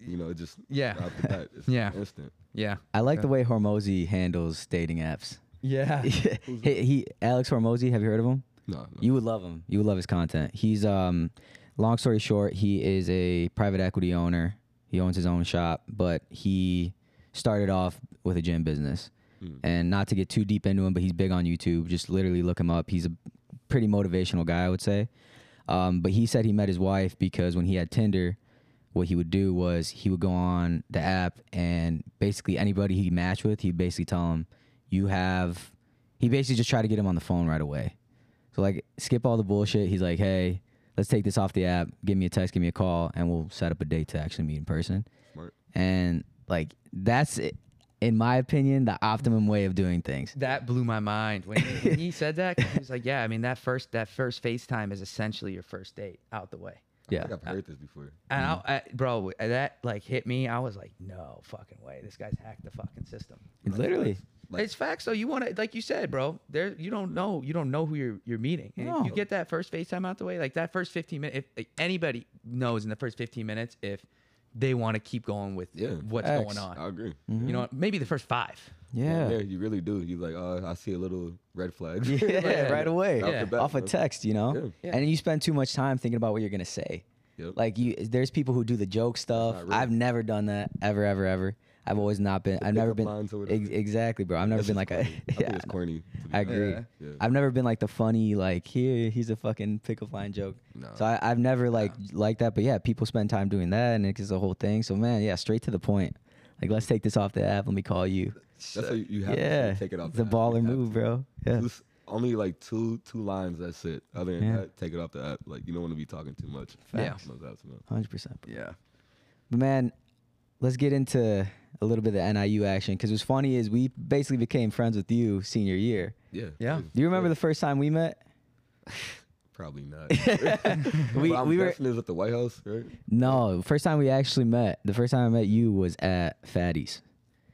Speaker 5: You know, it just
Speaker 3: Yeah.
Speaker 5: right off the bat, it's
Speaker 3: Yeah.
Speaker 5: instant.
Speaker 3: Yeah.
Speaker 2: I like the way Hormozy handles dating apps.
Speaker 3: Yeah.
Speaker 2: he, he Alex Hormozy, have you heard of him?
Speaker 5: No, no.
Speaker 2: You would love him. You would love his content. He's um long story short, he is a private equity owner. He owns his own shop, but he started off with a gym business. And not to get too deep into him, but he's big on YouTube. Just literally look him up. He's a pretty motivational guy, I would say. Um, but he said he met his wife because when he had Tinder, what he would do was he would go on the app and basically anybody he matched with, he'd basically tell him, "You have." He basically just tried to get him on the phone right away. So like, skip all the bullshit. He's like, "Hey, let's take this off the app. Give me a text, give me a call, and we'll set up a date to actually meet in person."
Speaker 5: Smart.
Speaker 2: And like, that's it. In my opinion, the optimum way of doing things.
Speaker 3: That blew my mind when he, when he said that. 'cause He was like, "Yeah, I mean that first that first FaceTime is essentially your first date out the way."
Speaker 5: I
Speaker 2: Yeah.
Speaker 5: think I've heard this before.
Speaker 3: And
Speaker 2: Mm-hmm.
Speaker 3: I, I, bro, uh, that like hit me. I was like, "No fucking way! This guy's hacked the fucking system."
Speaker 2: Literally.
Speaker 5: Like-
Speaker 3: it's facts though. You want to, like you said, bro. There, you don't know. You don't know who you're you're meeting. And if you
Speaker 2: No.
Speaker 3: get that first FaceTime out the way, like that first 15 minutes. If like, anybody knows in the first 15 minutes if they want to keep going with
Speaker 5: Yeah.
Speaker 3: what's
Speaker 2: Facts.
Speaker 3: going on,
Speaker 5: I agree.
Speaker 3: you know, maybe the first five.
Speaker 2: Yeah.
Speaker 5: Yeah, you really do. You like, oh, I see a little red flag.
Speaker 2: Yeah,
Speaker 3: Yeah.
Speaker 2: right away.
Speaker 5: Off the
Speaker 3: Yeah.
Speaker 5: bat,
Speaker 2: Off a
Speaker 5: bro.
Speaker 2: text, you know?
Speaker 5: Yeah.
Speaker 3: Yeah.
Speaker 2: And you spend too much time thinking about what you're going to say.
Speaker 5: Yep.
Speaker 2: Like you there's people who do the joke stuff.
Speaker 5: not real.
Speaker 2: I've never done that ever ever ever. I've always not been I've never
Speaker 5: up
Speaker 2: been
Speaker 5: lines or whatever.
Speaker 2: ex- exactly, bro. I've never
Speaker 5: That's
Speaker 2: been
Speaker 5: just
Speaker 2: like a
Speaker 5: corny. I think
Speaker 2: yeah,
Speaker 5: it's corny. to be
Speaker 2: I
Speaker 5: honest.
Speaker 2: agree.
Speaker 3: Yeah.
Speaker 5: Yeah.
Speaker 2: I've never been like the funny like here he's a fucking pickup line joke.
Speaker 5: No.
Speaker 2: So I, I've never like like that, but yeah, people spend time doing that and it's a whole thing. So man, yeah, straight to the point. Like let's take this off the app. Let me call you.
Speaker 5: That's how you, you have
Speaker 2: yeah,
Speaker 5: to take it off.
Speaker 2: It's a
Speaker 5: the app. You
Speaker 2: baller
Speaker 5: have
Speaker 2: move,
Speaker 5: to.
Speaker 2: bro. Yeah.
Speaker 5: Just only like two two lines. That's it. Other than
Speaker 2: Yeah.
Speaker 5: that, take it off the app. Like you don't want to be talking too much.
Speaker 3: Yeah.
Speaker 5: Those apps, man.
Speaker 2: Hundred percent.
Speaker 3: Yeah.
Speaker 2: But man, let's get into a little bit of the NIU action because what's funny is we basically became friends with you senior year.
Speaker 5: Yeah.
Speaker 3: Yeah.
Speaker 5: it's-
Speaker 2: Do you remember
Speaker 5: yeah,
Speaker 2: the first time we met?
Speaker 5: Probably not. we
Speaker 2: We-
Speaker 5: I'm
Speaker 2: we were-
Speaker 5: guessing it was at the White House, right?
Speaker 2: No, the first time we actually met, the first time I met you was at Fatty's.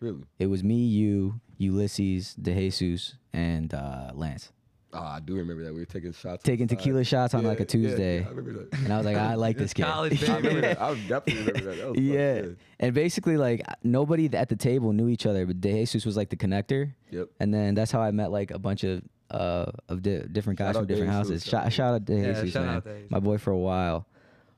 Speaker 5: Really?
Speaker 2: It was me, you, Ulysses, DeJesus, and uh, Lance
Speaker 5: Oh, I do remember that. We were taking shots.
Speaker 2: taking
Speaker 5: outside.
Speaker 2: tequila shots on
Speaker 5: Yeah,
Speaker 2: like a
Speaker 5: yeah,
Speaker 2: Tuesday.
Speaker 5: Yeah, I remember that.
Speaker 2: And I was like, I like this kid.
Speaker 3: College,
Speaker 5: I remember
Speaker 3: baby.
Speaker 5: that. I definitely remember that. that was fun.
Speaker 2: yeah. And basically, like, nobody at the table knew each other, but DeJesus was like the connector.
Speaker 5: Yep.
Speaker 2: And then that's how I met like a bunch of uh of di- different guys
Speaker 5: Shout
Speaker 2: from
Speaker 5: out
Speaker 2: different
Speaker 5: Dave
Speaker 2: houses.
Speaker 5: Seuss,
Speaker 2: Shout,
Speaker 5: shout
Speaker 2: shout out to
Speaker 3: Yeah,
Speaker 2: Jesus,
Speaker 3: shout
Speaker 2: man.
Speaker 3: out Dave.
Speaker 2: my boy for a while.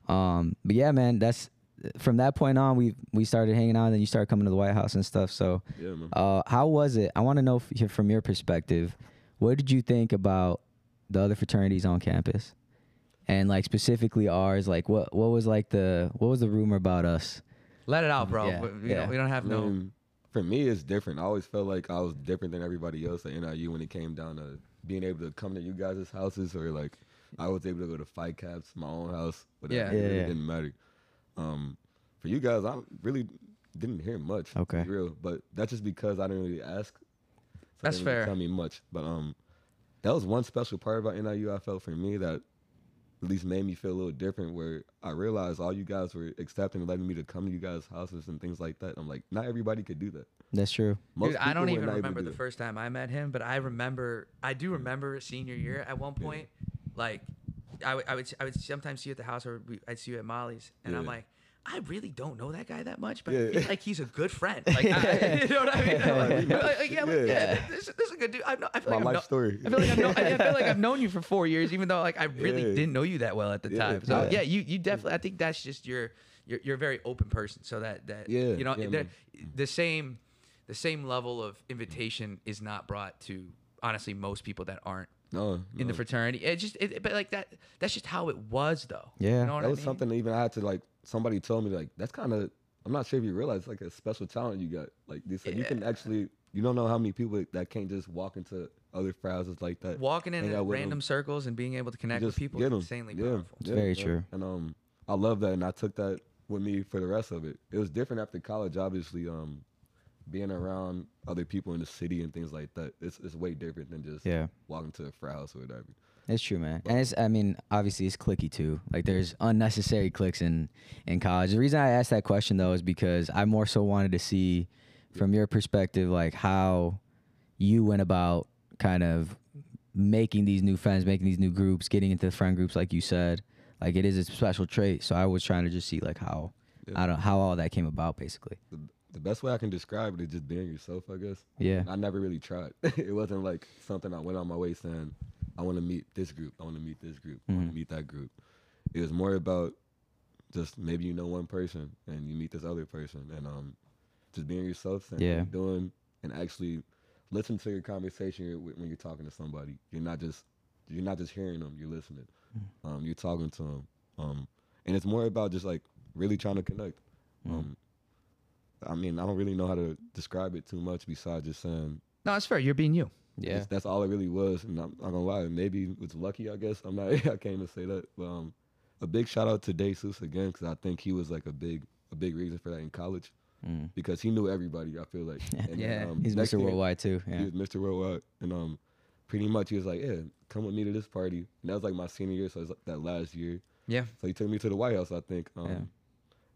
Speaker 2: Um, but yeah, man, that's from that point on we we started hanging out. And then you started coming to the White House and stuff. So,
Speaker 5: Yeah, man.
Speaker 2: uh, how was it? I want to know f- from your perspective, what did you think about the other fraternities on campus, and like specifically ours? Like, what what was like the what was the rumor about us?
Speaker 3: Let it out, bro.
Speaker 2: Mm-hmm. Yeah,
Speaker 3: We, we
Speaker 2: yeah.
Speaker 3: Don't, we don't have
Speaker 5: I
Speaker 3: no.
Speaker 5: mean, for me, it's different. I always felt like I was different than everybody else at NIU when it came down to being able to come to you guys' houses or like I was able to go to fight caps, my own house, whatever.
Speaker 3: Yeah.
Speaker 5: It really
Speaker 2: Yeah.
Speaker 5: didn't matter. Um, for you guys, I really didn't hear much. to be
Speaker 2: Okay.
Speaker 5: real, but that's just because I didn't really ask. so they
Speaker 3: That's
Speaker 5: didn't really
Speaker 3: fair.
Speaker 5: Tell me much, but um, that was one special part about NIU I felt for me that at least made me feel a little different where I realized all you guys were accepting and letting me to come to you guys' houses and things like that. I'm like, not everybody could do that.
Speaker 2: That's true.
Speaker 5: Most
Speaker 3: Dude, I don't
Speaker 5: people
Speaker 3: even
Speaker 5: were not able
Speaker 3: remember
Speaker 5: to
Speaker 3: the
Speaker 5: do
Speaker 3: first time I met him, but I remember, I do remember senior year at one point, like, I would, I would, I would sometimes see you at the house or we, I'd see you at Molly's, and I'm
Speaker 5: Yeah.
Speaker 3: like, I really don't know that guy that much, but I
Speaker 5: Yeah.
Speaker 3: feel like he's a good friend. Like, I, you know what I mean? Like, like, like, yeah, like,
Speaker 5: Yeah.
Speaker 3: yeah, this, this is a good dude. I, know, I feel
Speaker 5: My
Speaker 3: like
Speaker 5: life
Speaker 3: I've kno-
Speaker 5: story.
Speaker 3: I feel like I've, kno- I feel like I've known you for four years, even though like I really
Speaker 5: Yeah.
Speaker 3: didn't know you that well at the
Speaker 5: Yeah,
Speaker 3: time. So yeah,
Speaker 5: yeah.
Speaker 3: you you definitely. I think that's just your you're, you're a very open person. So that that
Speaker 5: Yeah,
Speaker 3: you know
Speaker 5: yeah,
Speaker 3: the, the same the same level of invitation is not brought to honestly most people that aren't
Speaker 5: No,
Speaker 3: in the
Speaker 5: no.
Speaker 3: fraternity. It just it, but like that that's just how it was though.
Speaker 2: Yeah.
Speaker 3: you know what
Speaker 5: that
Speaker 3: I
Speaker 5: was
Speaker 3: mean?
Speaker 5: something that even I had to like. Somebody told me like that's kind of. I'm not sure if you realize like a special talent you got. Like they said, you can actually. You don't know how many people that can't just walk into other frat houses like that.
Speaker 3: Walking in
Speaker 5: hang out with 'em.
Speaker 3: random circles and being able to connect with
Speaker 5: just
Speaker 3: people
Speaker 5: get
Speaker 3: is
Speaker 5: 'em.
Speaker 3: insanely
Speaker 5: Yeah,
Speaker 3: powerful.
Speaker 2: It's very true.
Speaker 5: And um, I love that, and I took that with me for the rest of it. It was different after college, obviously. Um, being around other people in the city and things like that, it's it's way different than just
Speaker 2: Yeah.
Speaker 5: walking to a frat house or whatever.
Speaker 2: It's true, man. And it's I mean, obviously it's clicky too. Like there's unnecessary clicks in in college. The reason I asked that question though is because I more so wanted to see from your perspective like how you went about kind of making these new friends, making these new groups, getting into the friend groups like you said. Like it is a special trait. So I was trying to just see like how I don't how all that came about basically.
Speaker 5: The, the best way I can describe it is just being yourself, I guess.
Speaker 2: Yeah.
Speaker 5: I never really tried. it wasn't like something I went on my way saying, I want to meet this group, I want to meet this group, I
Speaker 2: Mm-hmm.
Speaker 5: want to meet that group. It was more about just maybe you know one person and you meet this other person and um just being yourself and
Speaker 2: Yeah.
Speaker 5: doing and actually listen to your conversation wh- when you're talking to somebody. You're not just you're not just hearing them, you're listening. Um, you're talking to them. Um, and it's more about just like really trying to connect. Um, I mean, I don't really know how to describe it too much besides just saying
Speaker 3: No, it's fair. You're being you.
Speaker 5: it's- that's all it really was. And I'm not gonna lie, maybe it was lucky, I guess. I'm not, I can't even say that. But um, a big shout out to Desus again, because I think he was like a big, a big reason for that in college,
Speaker 2: Mm.
Speaker 5: because he knew everybody. I feel like, and um,
Speaker 3: Yeah.
Speaker 2: He's
Speaker 5: next
Speaker 2: Mr.
Speaker 5: thing-
Speaker 2: Worldwide too. Yeah.
Speaker 5: he was Mr. Worldwide, and um, pretty much he was like, "Yeah, come with me to this party." And that was like my senior year, so it was like that last year.
Speaker 3: Yeah.
Speaker 5: So he took me to the White House, I think. Um,
Speaker 2: Yeah.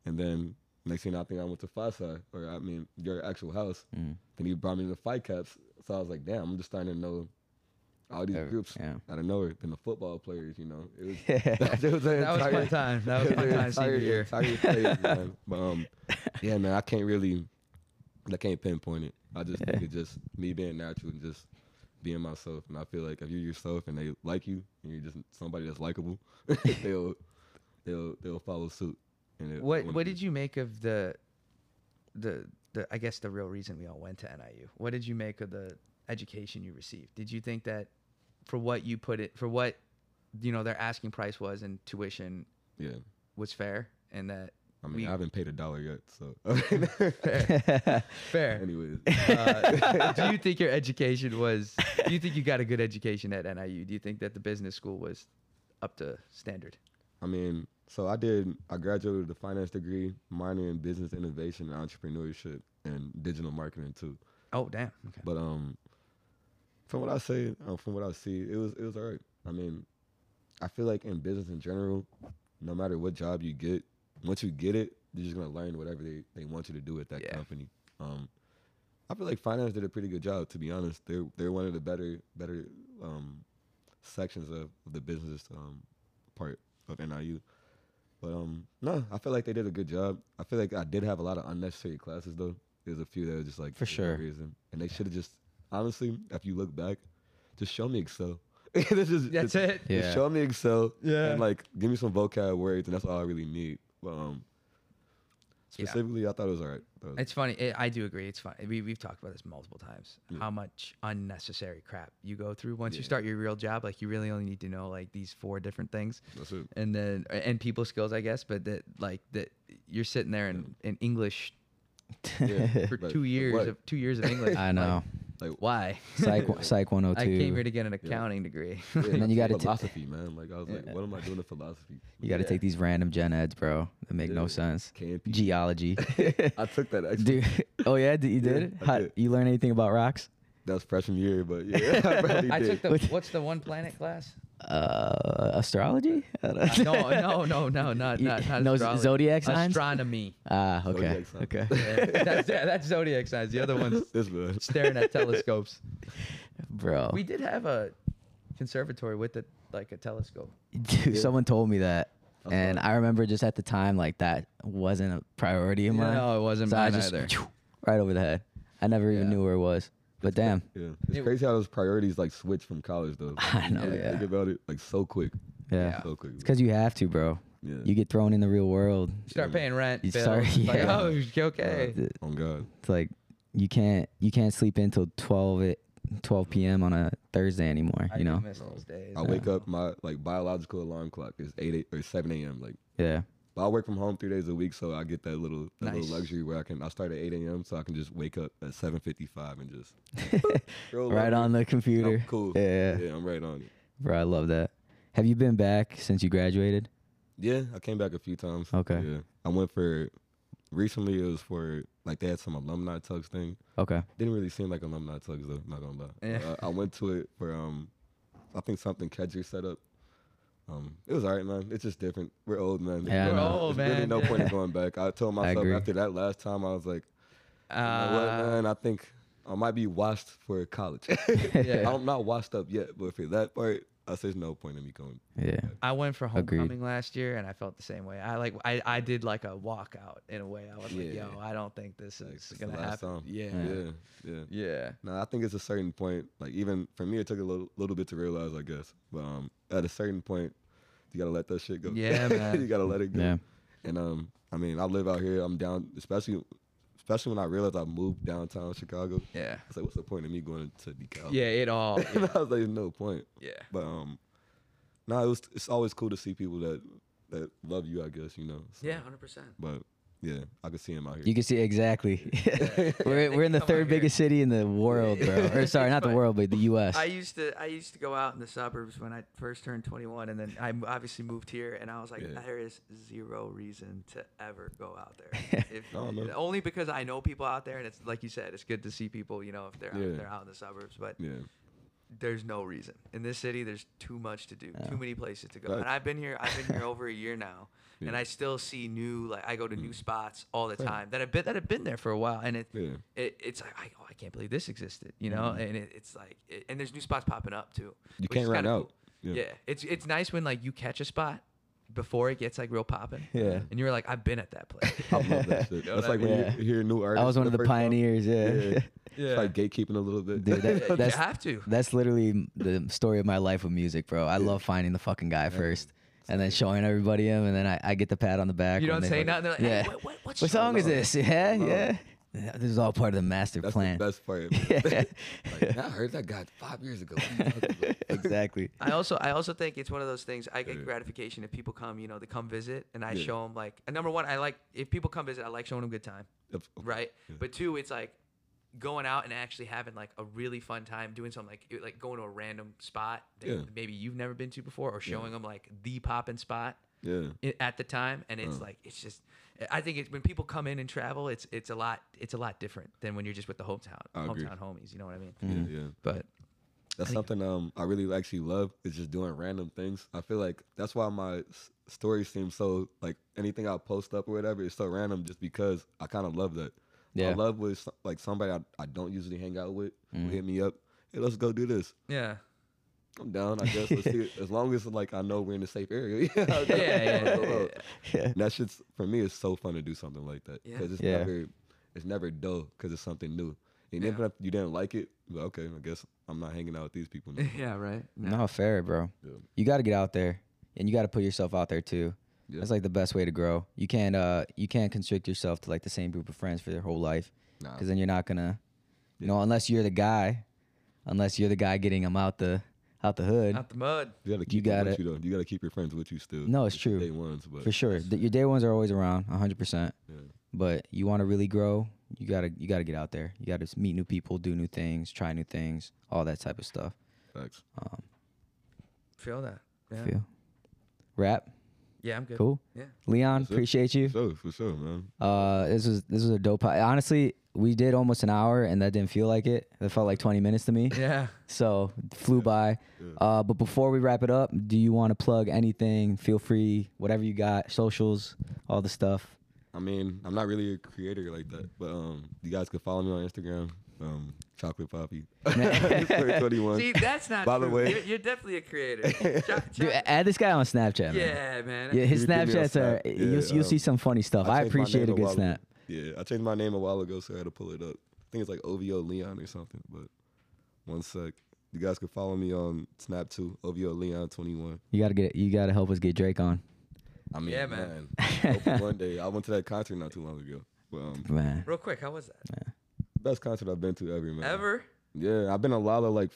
Speaker 5: And then next thing I think I went to FASA, or I mean your actual house.
Speaker 2: Mm.
Speaker 5: Then he brought me to Fight Caps, so I was like, "Damn, I'm just starting to know." All these
Speaker 2: Every-
Speaker 5: groups
Speaker 2: yeah.
Speaker 5: out of nowhere, then the football players, you know, it was, it was an
Speaker 3: That was
Speaker 5: entire-
Speaker 3: my time. That was my
Speaker 5: yeah,
Speaker 3: time senior
Speaker 5: entire-
Speaker 3: year.
Speaker 5: entire phase, man. But um, yeah, man, I can't really, I can't pinpoint it. I just think it's just me being natural and just being myself. And I feel like if you're yourself and they like you, and you're just somebody that's likable, they'll they'll they'll follow suit. And they'll
Speaker 3: What
Speaker 5: wanna
Speaker 3: What
Speaker 5: be-
Speaker 3: did you make of the, the the I guess the real reason we all went to NIU? What did you make of the education you received? Did you think that for what you put it for what you know their asking price was and tuition
Speaker 5: Yeah,
Speaker 3: was fair and that
Speaker 5: I mean,
Speaker 3: we-
Speaker 5: I haven't paid a dollar yet, so.
Speaker 3: fair.
Speaker 5: Anyways,
Speaker 3: Uh, do you think your education was? Do you think you got a good education at NIU? Do you think that the business school was up to standard?
Speaker 5: I mean, so I did. I graduated with a finance degree, minor in business innovation and entrepreneurship, and digital marketing too.
Speaker 3: Oh damn. Okay.
Speaker 5: But um, from what I say, uh, from what I see, it was it was alright. I mean, I feel like in business in general, no matter what job you get, once you get it, you're just gonna learn whatever they, they want you to do at that
Speaker 3: Yeah.
Speaker 5: company. Um, I feel like finance did a pretty good job, to be honest. They're they're one of the better better um, sections of the business um, part of NIU. But um, no, I feel like they did a good job. I feel like I did have a lot of unnecessary classes though. There's a few that were just like
Speaker 2: For
Speaker 5: no
Speaker 2: sure.
Speaker 5: reason, and they should have just honestly, if you look back, just show me Excel. this is
Speaker 3: That's it.
Speaker 2: Yeah.
Speaker 5: just show me Excel.
Speaker 3: Yeah.
Speaker 5: And like give me some vocab words and that's all I really need. But um
Speaker 3: Yeah.
Speaker 5: specifically I thought it was all right. That was-
Speaker 3: It's funny. i I do agree. It's funny. We, we've talked about this multiple times. How much unnecessary crap you go through once you
Speaker 5: Yeah.
Speaker 3: start your real job. Like you really only need to know like these four different things,
Speaker 5: that's it.
Speaker 3: and then and people skills, I guess. But that like that you're sitting there in, in English
Speaker 5: Yeah.
Speaker 3: for
Speaker 5: Like,
Speaker 3: two
Speaker 5: for
Speaker 3: years
Speaker 5: what?
Speaker 3: of two years of English.
Speaker 2: I
Speaker 3: Like,
Speaker 2: know.
Speaker 3: why?
Speaker 2: Psych Psych
Speaker 3: I
Speaker 2: 102.
Speaker 3: came here to get an accounting degree.
Speaker 5: Yeah,
Speaker 2: then
Speaker 5: that's
Speaker 2: you gotta t-
Speaker 5: philosophy, man. Like I was like, what am I doing in philosophy?
Speaker 2: You got to
Speaker 3: Yeah.
Speaker 2: take these random gen eds, bro. That make no
Speaker 5: Yeah.
Speaker 2: sense.
Speaker 5: Can't be
Speaker 2: Geology,
Speaker 5: I took that actually.
Speaker 2: dude. Oh yeah, d- you
Speaker 5: Yeah,
Speaker 2: did.
Speaker 5: I
Speaker 2: How,
Speaker 5: did.
Speaker 2: You learn anything about rocks?
Speaker 5: That was freshman year, but yeah, I probably
Speaker 3: I took
Speaker 5: did.
Speaker 3: the what's the one planet class?
Speaker 2: Uh, astrology? I don't
Speaker 3: Uh, no, no, no, no, not
Speaker 2: You-
Speaker 3: not, not
Speaker 2: no z-
Speaker 3: astrology.
Speaker 2: zodiac signs?
Speaker 3: Astronomy.
Speaker 2: Ah, okay,
Speaker 5: Zodiac sign.
Speaker 2: okay.
Speaker 3: Yeah, that's yeah, that's zodiac signs. The other one's
Speaker 5: This was
Speaker 3: staring at telescopes.
Speaker 2: bro.
Speaker 3: We did have a conservatory with a like a telescope.
Speaker 2: Dude, someone told me that. and I remember just at the time like that wasn't a priority of mine.
Speaker 6: No, it wasn't
Speaker 2: so I
Speaker 6: mine
Speaker 2: just
Speaker 6: either.
Speaker 2: right over the head. I never even
Speaker 6: Yeah.
Speaker 2: knew where it was. But damn,
Speaker 5: Yeah, it's crazy how those priorities like switch from college though.
Speaker 2: I know.
Speaker 5: Like,
Speaker 2: Yeah,
Speaker 5: Think about it, like so quick,
Speaker 2: yeah.
Speaker 5: so quick.
Speaker 2: It's because you have to, bro.
Speaker 5: yeah,
Speaker 2: You get thrown in the real world.
Speaker 6: Start paying rent.
Speaker 2: You
Speaker 6: bills.
Speaker 2: start-
Speaker 6: It's like,
Speaker 2: yeah.
Speaker 6: oh, you okay.
Speaker 5: on God,
Speaker 2: It's like you can't you can't sleep until 12 at 12 p.m. on a Thursday anymore.
Speaker 6: I
Speaker 2: You
Speaker 6: do
Speaker 2: know?
Speaker 6: miss those days.
Speaker 5: I wake up my like biological alarm clock is eight, eight or seven a.m. Like,
Speaker 2: Yeah.
Speaker 5: but I work from home three days a week, so I get that little that
Speaker 6: Nice.
Speaker 5: little luxury where I can I start at eight a.m. so I can just wake up at seven fifty five and just roll
Speaker 2: Right
Speaker 5: over.
Speaker 2: on the
Speaker 5: I'm
Speaker 2: computer.
Speaker 5: cool.
Speaker 2: Yeah.
Speaker 5: yeah, I'm right on it.
Speaker 2: Bro, I love that. Have you been back since you graduated?
Speaker 5: Yeah, I came back a few times.
Speaker 2: Okay.
Speaker 5: Yeah, I went for recently. It was for like they had some alumni tugs thing.
Speaker 2: Okay.
Speaker 5: Didn't really seem like alumni tugs though. Not gonna lie.
Speaker 6: Yeah.
Speaker 5: Uh, I went to it for um, I think something Kedger set up. Um, it was alright, man. It's just different. We're old,
Speaker 2: Yeah,
Speaker 5: man.
Speaker 2: I know.
Speaker 5: There's no-
Speaker 6: We're old,
Speaker 5: there's Really
Speaker 6: man.
Speaker 5: no point in going back. I told myself
Speaker 2: agree.
Speaker 5: after that last time, I was like,
Speaker 6: Uh,
Speaker 5: you know what, man? I think I might be washed for college.
Speaker 6: yeah.
Speaker 5: I'm not washed up yet, but for that part, I said there's no point in me going.
Speaker 2: Yeah.
Speaker 6: I went for
Speaker 2: Agreed.
Speaker 6: homecoming last year and I felt the same way. I like I, I did like a walkout in a way. I was like,
Speaker 5: Yeah.
Speaker 6: yo, I don't think this
Speaker 5: Like,
Speaker 6: is
Speaker 5: it's the
Speaker 6: gonna
Speaker 5: last
Speaker 6: happen.
Speaker 5: time.
Speaker 6: Yeah.
Speaker 5: Yeah, yeah.
Speaker 6: Yeah.
Speaker 5: No, I think it's a certain point. Like even for me, it took a little, little bit to realize, I guess. But um, at a certain point, you gotta let that shit go.
Speaker 6: Yeah, man.
Speaker 5: you gotta let it go.
Speaker 2: Yeah.
Speaker 5: And um, I mean, I live out here. I'm down, especially, especially when I realized I moved downtown Chicago.
Speaker 6: Yeah.
Speaker 5: I was like, what's the point of me going to DeKalb?
Speaker 6: Yeah, it all.
Speaker 5: I was like, there's no point.
Speaker 6: Yeah.
Speaker 5: But um, no, it was. It's always cool to see people that that love you. I guess you know. So,
Speaker 6: Yeah, hundred percent.
Speaker 5: But yeah, I could see him out here.
Speaker 2: You can see exactly. we're we're in the
Speaker 6: come out
Speaker 2: third
Speaker 6: here.
Speaker 2: biggest city in the world, bro. Or sorry, not the
Speaker 6: But
Speaker 2: world, but the U.S.
Speaker 3: I used to I used to go out in the suburbs when I first turned 21, and then I m- obviously moved here, and I was like,
Speaker 5: Yeah.
Speaker 3: there is zero reason to ever go out there. If,
Speaker 5: No, man.
Speaker 3: Only because I know people out there, and it's like you said, it's good to see people. You know, if they're
Speaker 5: Yeah.
Speaker 3: out, they're out in the suburbs, but
Speaker 5: yeah.
Speaker 3: there's no reason in this city. There's too much to do, too many places to go.
Speaker 5: Right.
Speaker 3: And I've been here. I've been here over a year now, and
Speaker 5: Yeah. Mm.
Speaker 3: I still see new. Like I go to new spots all the time that have been that have been there for a while, and it
Speaker 5: Yeah. Mm-hmm.
Speaker 3: it, it's like I, oh, I can't believe this existed, you know. And it, it's like, it, and there's new spots popping up too.
Speaker 5: You
Speaker 3: which
Speaker 5: can't
Speaker 3: is
Speaker 5: run
Speaker 3: kinda
Speaker 5: out.
Speaker 3: cool. Yeah. it's it's nice when like you catch a spot before it gets like real popping.
Speaker 2: Yeah.
Speaker 3: and you're like, I've been at that place.
Speaker 5: I love that shit.
Speaker 3: know what I
Speaker 5: That's like when
Speaker 2: mean?
Speaker 5: you hear new artists.
Speaker 2: I was
Speaker 5: for
Speaker 2: one of the
Speaker 5: first time.
Speaker 2: pioneers. Yeah.
Speaker 5: It's like gatekeeping a little bit.
Speaker 2: Dude, that-
Speaker 3: you
Speaker 2: that's
Speaker 3: have to.
Speaker 2: That's literally m- the story of my life with music, bro. I love finding the fucking guy first and then showing everybody him, and then I, I get the pat on the back.
Speaker 3: You
Speaker 2: when
Speaker 3: don't
Speaker 2: they
Speaker 3: say
Speaker 2: fucking-
Speaker 3: nothing. They're like, hey,
Speaker 2: yeah.
Speaker 3: what, what, what
Speaker 2: What song is
Speaker 5: Alone.
Speaker 2: this? Yeah,
Speaker 5: Alone.
Speaker 2: yeah. Yeah, This is all part of the master
Speaker 5: That's
Speaker 2: plan.
Speaker 5: the best part.
Speaker 2: Yeah.
Speaker 5: Like, "Man, I heard that guy five years ago. What are you talking about?"
Speaker 2: exactly.
Speaker 3: I also I also think it's one of those things. I get gratification if people come. You know, they come visit, and I show 'em
Speaker 5: Yeah.
Speaker 3: show them like and number one. I like if people come visit. I like showing them good time,
Speaker 5: Of- of-
Speaker 3: right?
Speaker 5: Yeah.
Speaker 3: But two, it's like going out and actually having like a really fun time doing something like it- like going to a random spot that
Speaker 5: Yeah.
Speaker 3: maybe you've never been to before, or showing them like the poppin' spot
Speaker 5: Yeah.
Speaker 3: i- at the time. And
Speaker 5: Uh.
Speaker 3: it's like it's just. I think it's when people come in and travel, it's it's a lot it's a lot different than when you're just with the hometown
Speaker 5: I agree. Mm.
Speaker 3: hometown homies. You know what I mean?
Speaker 2: Mm.
Speaker 5: Yeah, yeah.
Speaker 3: But
Speaker 5: That's something um I really actually love is just doing random things. I feel like that's why my s- story seems so like anything I post up or whatever is so random just because I kind of love that.
Speaker 2: Yeah. Mm.
Speaker 5: I love with so- like somebody I, I don't usually hang out with will hit me up. Hey, let's go do this.
Speaker 3: yeah,
Speaker 5: I'm down. I guess let's see. It. As long as like I know we're in a safe area. yeah, I'll go,
Speaker 3: Yeah,
Speaker 5: I'll
Speaker 3: yeah,
Speaker 5: go
Speaker 3: yeah,
Speaker 5: out. And that shit's for me. It's so fun to do something like that
Speaker 3: Yeah.
Speaker 5: because it's
Speaker 2: Yeah.
Speaker 5: never it's never dull because it's something new. And
Speaker 3: Yeah.
Speaker 5: even if you didn't like it, you're like, okay, I guess I'm not hanging out with these people. no more."
Speaker 3: yeah, right.
Speaker 2: No, fair, bro.
Speaker 5: Yeah.
Speaker 2: You got to get out there, and you got to put yourself out there too.
Speaker 5: Yeah.
Speaker 2: That's like the best way to grow. You can't uh you can't constrict yourself to like the same group of friends for your whole life,
Speaker 5: Nah.
Speaker 2: because then you're not gonna, you know, unless you're the guy, unless you're the guy getting them out the out the hood.
Speaker 3: Out the mud.
Speaker 5: You gotta keep
Speaker 2: You
Speaker 5: them
Speaker 2: gotta-
Speaker 5: with you though. You gotta keep your friends with you still.
Speaker 2: No, it's
Speaker 5: It's your
Speaker 2: true.
Speaker 5: Day ones, but
Speaker 2: for sure. The, your day ones are always around, 100%.
Speaker 5: Yeah.
Speaker 2: But you want to really grow, you got to you got to get out there. You got to meet new people, do new things, try new things, all that type of stuff.
Speaker 5: facts.
Speaker 2: Um,
Speaker 3: Feel that.
Speaker 2: I
Speaker 3: Yeah.
Speaker 2: feel. Rap,
Speaker 3: Yeah, I'm good.
Speaker 2: cool.
Speaker 3: Yeah.
Speaker 2: Leon,
Speaker 5: That's it.
Speaker 2: appreciate you.
Speaker 5: So for sure, man.
Speaker 2: Uh this was this was a dope po- Honestly, we did almost an hour and that didn't feel like it. It felt like 20 minutes to me.
Speaker 3: Yeah.
Speaker 2: So, flew by. Uh but before we wrap it up, do you want to plug anything? Feel free, whatever you got, socials, all the stuff.
Speaker 5: I mean, I'm not really a creator like that, but um, you guys can follow me on Instagram. um, Chocolate Poppy. Twenty one.
Speaker 3: See, that's not.
Speaker 5: By the
Speaker 3: true.
Speaker 5: way-
Speaker 3: you're, you're definitely a creator. Cho-
Speaker 2: Dude,
Speaker 3: cho-
Speaker 2: add this guy on Snapchat, man.
Speaker 3: yeah, man.
Speaker 2: Yeah, his
Speaker 5: You give me a
Speaker 2: Snapchats are
Speaker 5: snap.
Speaker 2: you'll,
Speaker 5: Yeah,
Speaker 2: you'll
Speaker 5: um,
Speaker 2: see some funny stuff. I,
Speaker 5: changed my
Speaker 2: appreciate
Speaker 5: name
Speaker 2: a good
Speaker 5: while ago.
Speaker 2: snap.
Speaker 5: Yeah, I changed my name a while ago, so I had to pull it up. I think it's like OVO Leon or something. But one sec, you guys can follow me on Snap too. OVO Leon twenty one.
Speaker 2: You gotta get you gotta help us get Drake on.
Speaker 5: I mean,
Speaker 3: Yeah, man.
Speaker 5: man, hope one day I went to that concert not too long ago. But, um,
Speaker 2: Man.
Speaker 3: Real quick, how was that?
Speaker 5: best concert I've been to ever, man.
Speaker 3: Ever?
Speaker 5: Yeah, I've been to Lala like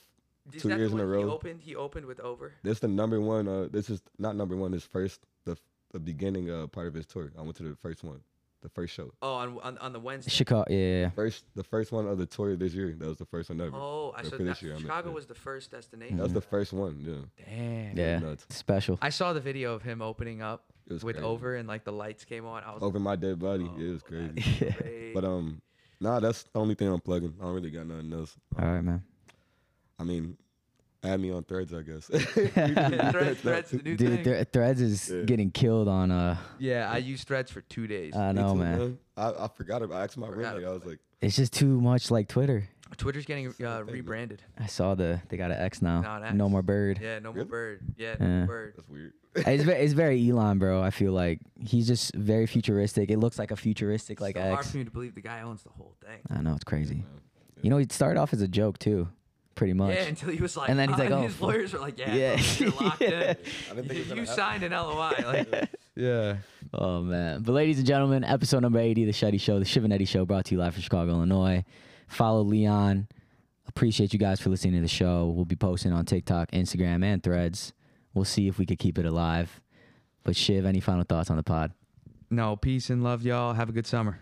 Speaker 3: Is
Speaker 5: Two
Speaker 3: that the
Speaker 5: years in
Speaker 3: one
Speaker 5: a
Speaker 3: He
Speaker 5: row.
Speaker 3: opened. He opened with over.
Speaker 5: This the number one. Uh, this is not number one. This first the the beginning uh, part of his tour. I went to the first one, the first show,
Speaker 3: Oh, on on, on the Wednesday.
Speaker 2: Chicago yeah.
Speaker 5: first the first one of the tour this year. That was the first one ever.
Speaker 3: Oh, Mm-hmm. I
Speaker 5: Or
Speaker 3: saw
Speaker 5: for
Speaker 3: that.
Speaker 5: this year, I mean,
Speaker 3: Chicago
Speaker 5: yeah.
Speaker 3: was the first destination.
Speaker 5: That was the first one. Yeah,
Speaker 7: Damn.
Speaker 2: Yeah.
Speaker 5: nuts.
Speaker 2: Special.
Speaker 3: I saw the video of him opening up
Speaker 5: It was
Speaker 3: with
Speaker 5: crazy.
Speaker 3: over, and like the lights came on. I was
Speaker 5: over my dead body.
Speaker 3: like,
Speaker 5: yeah, it was
Speaker 3: "Oh, that's
Speaker 5: crazy.
Speaker 3: crazy."
Speaker 5: But um, nah, that's the only thing I'm plugging. I don't really got nothing else.
Speaker 2: All right, man.
Speaker 5: I mean, add me on threads, I guess. Threads,
Speaker 3: threads, threads, the new thing.
Speaker 2: Dude, Thre- Threads is
Speaker 5: Yeah.
Speaker 2: getting killed on uh
Speaker 3: yeah, I used threads for two days.
Speaker 2: I
Speaker 5: Me
Speaker 2: know,
Speaker 5: too,
Speaker 2: man.
Speaker 5: I, I forgot about. I asked my
Speaker 3: Forgot
Speaker 5: roommate. I was like,
Speaker 2: It's just too much like Twitter.
Speaker 3: Twitter's getting
Speaker 5: the
Speaker 3: uh,
Speaker 5: thing, but-
Speaker 3: rebranded.
Speaker 2: I saw the they got an X now.
Speaker 3: Now an X.
Speaker 2: No more bird.
Speaker 3: Yeah, no more
Speaker 5: Really?
Speaker 3: bird. Yeah, no
Speaker 2: Yeah.
Speaker 3: more bird.
Speaker 5: that's weird.
Speaker 2: it's, very, it's very Elon, bro. I feel like he's just very futuristic. It looks like a futuristic like
Speaker 3: so hard
Speaker 2: X.
Speaker 3: for me to believe the guy owns the whole thing.
Speaker 2: I know it's crazy.
Speaker 5: man.
Speaker 2: You know, it started off as a joke too, pretty much.
Speaker 3: Yeah, until he was like,
Speaker 2: And then he's
Speaker 3: "Ah,"
Speaker 2: like, "Oh,
Speaker 3: his
Speaker 2: fuck."
Speaker 3: lawyers were like, yeah,
Speaker 2: Yeah.
Speaker 3: bro, you're locked
Speaker 2: Yeah.
Speaker 3: in.
Speaker 5: I didn't think it was
Speaker 3: You, you
Speaker 5: gonna happen.
Speaker 3: signed an LOI. Like,
Speaker 7: Yeah.
Speaker 2: Oh man. But ladies and gentlemen, episode number 80, the Shetty Show, the Shivanetti Show, brought to you live from Chicago, Illinois. Follow Leon. Appreciate you guys for listening to the show. We'll be posting on TikTok, Instagram, and threads. We'll see if we could keep it alive. But Shiv, any final thoughts on the pod?
Speaker 7: No, peace and love, y'all. Have a good summer.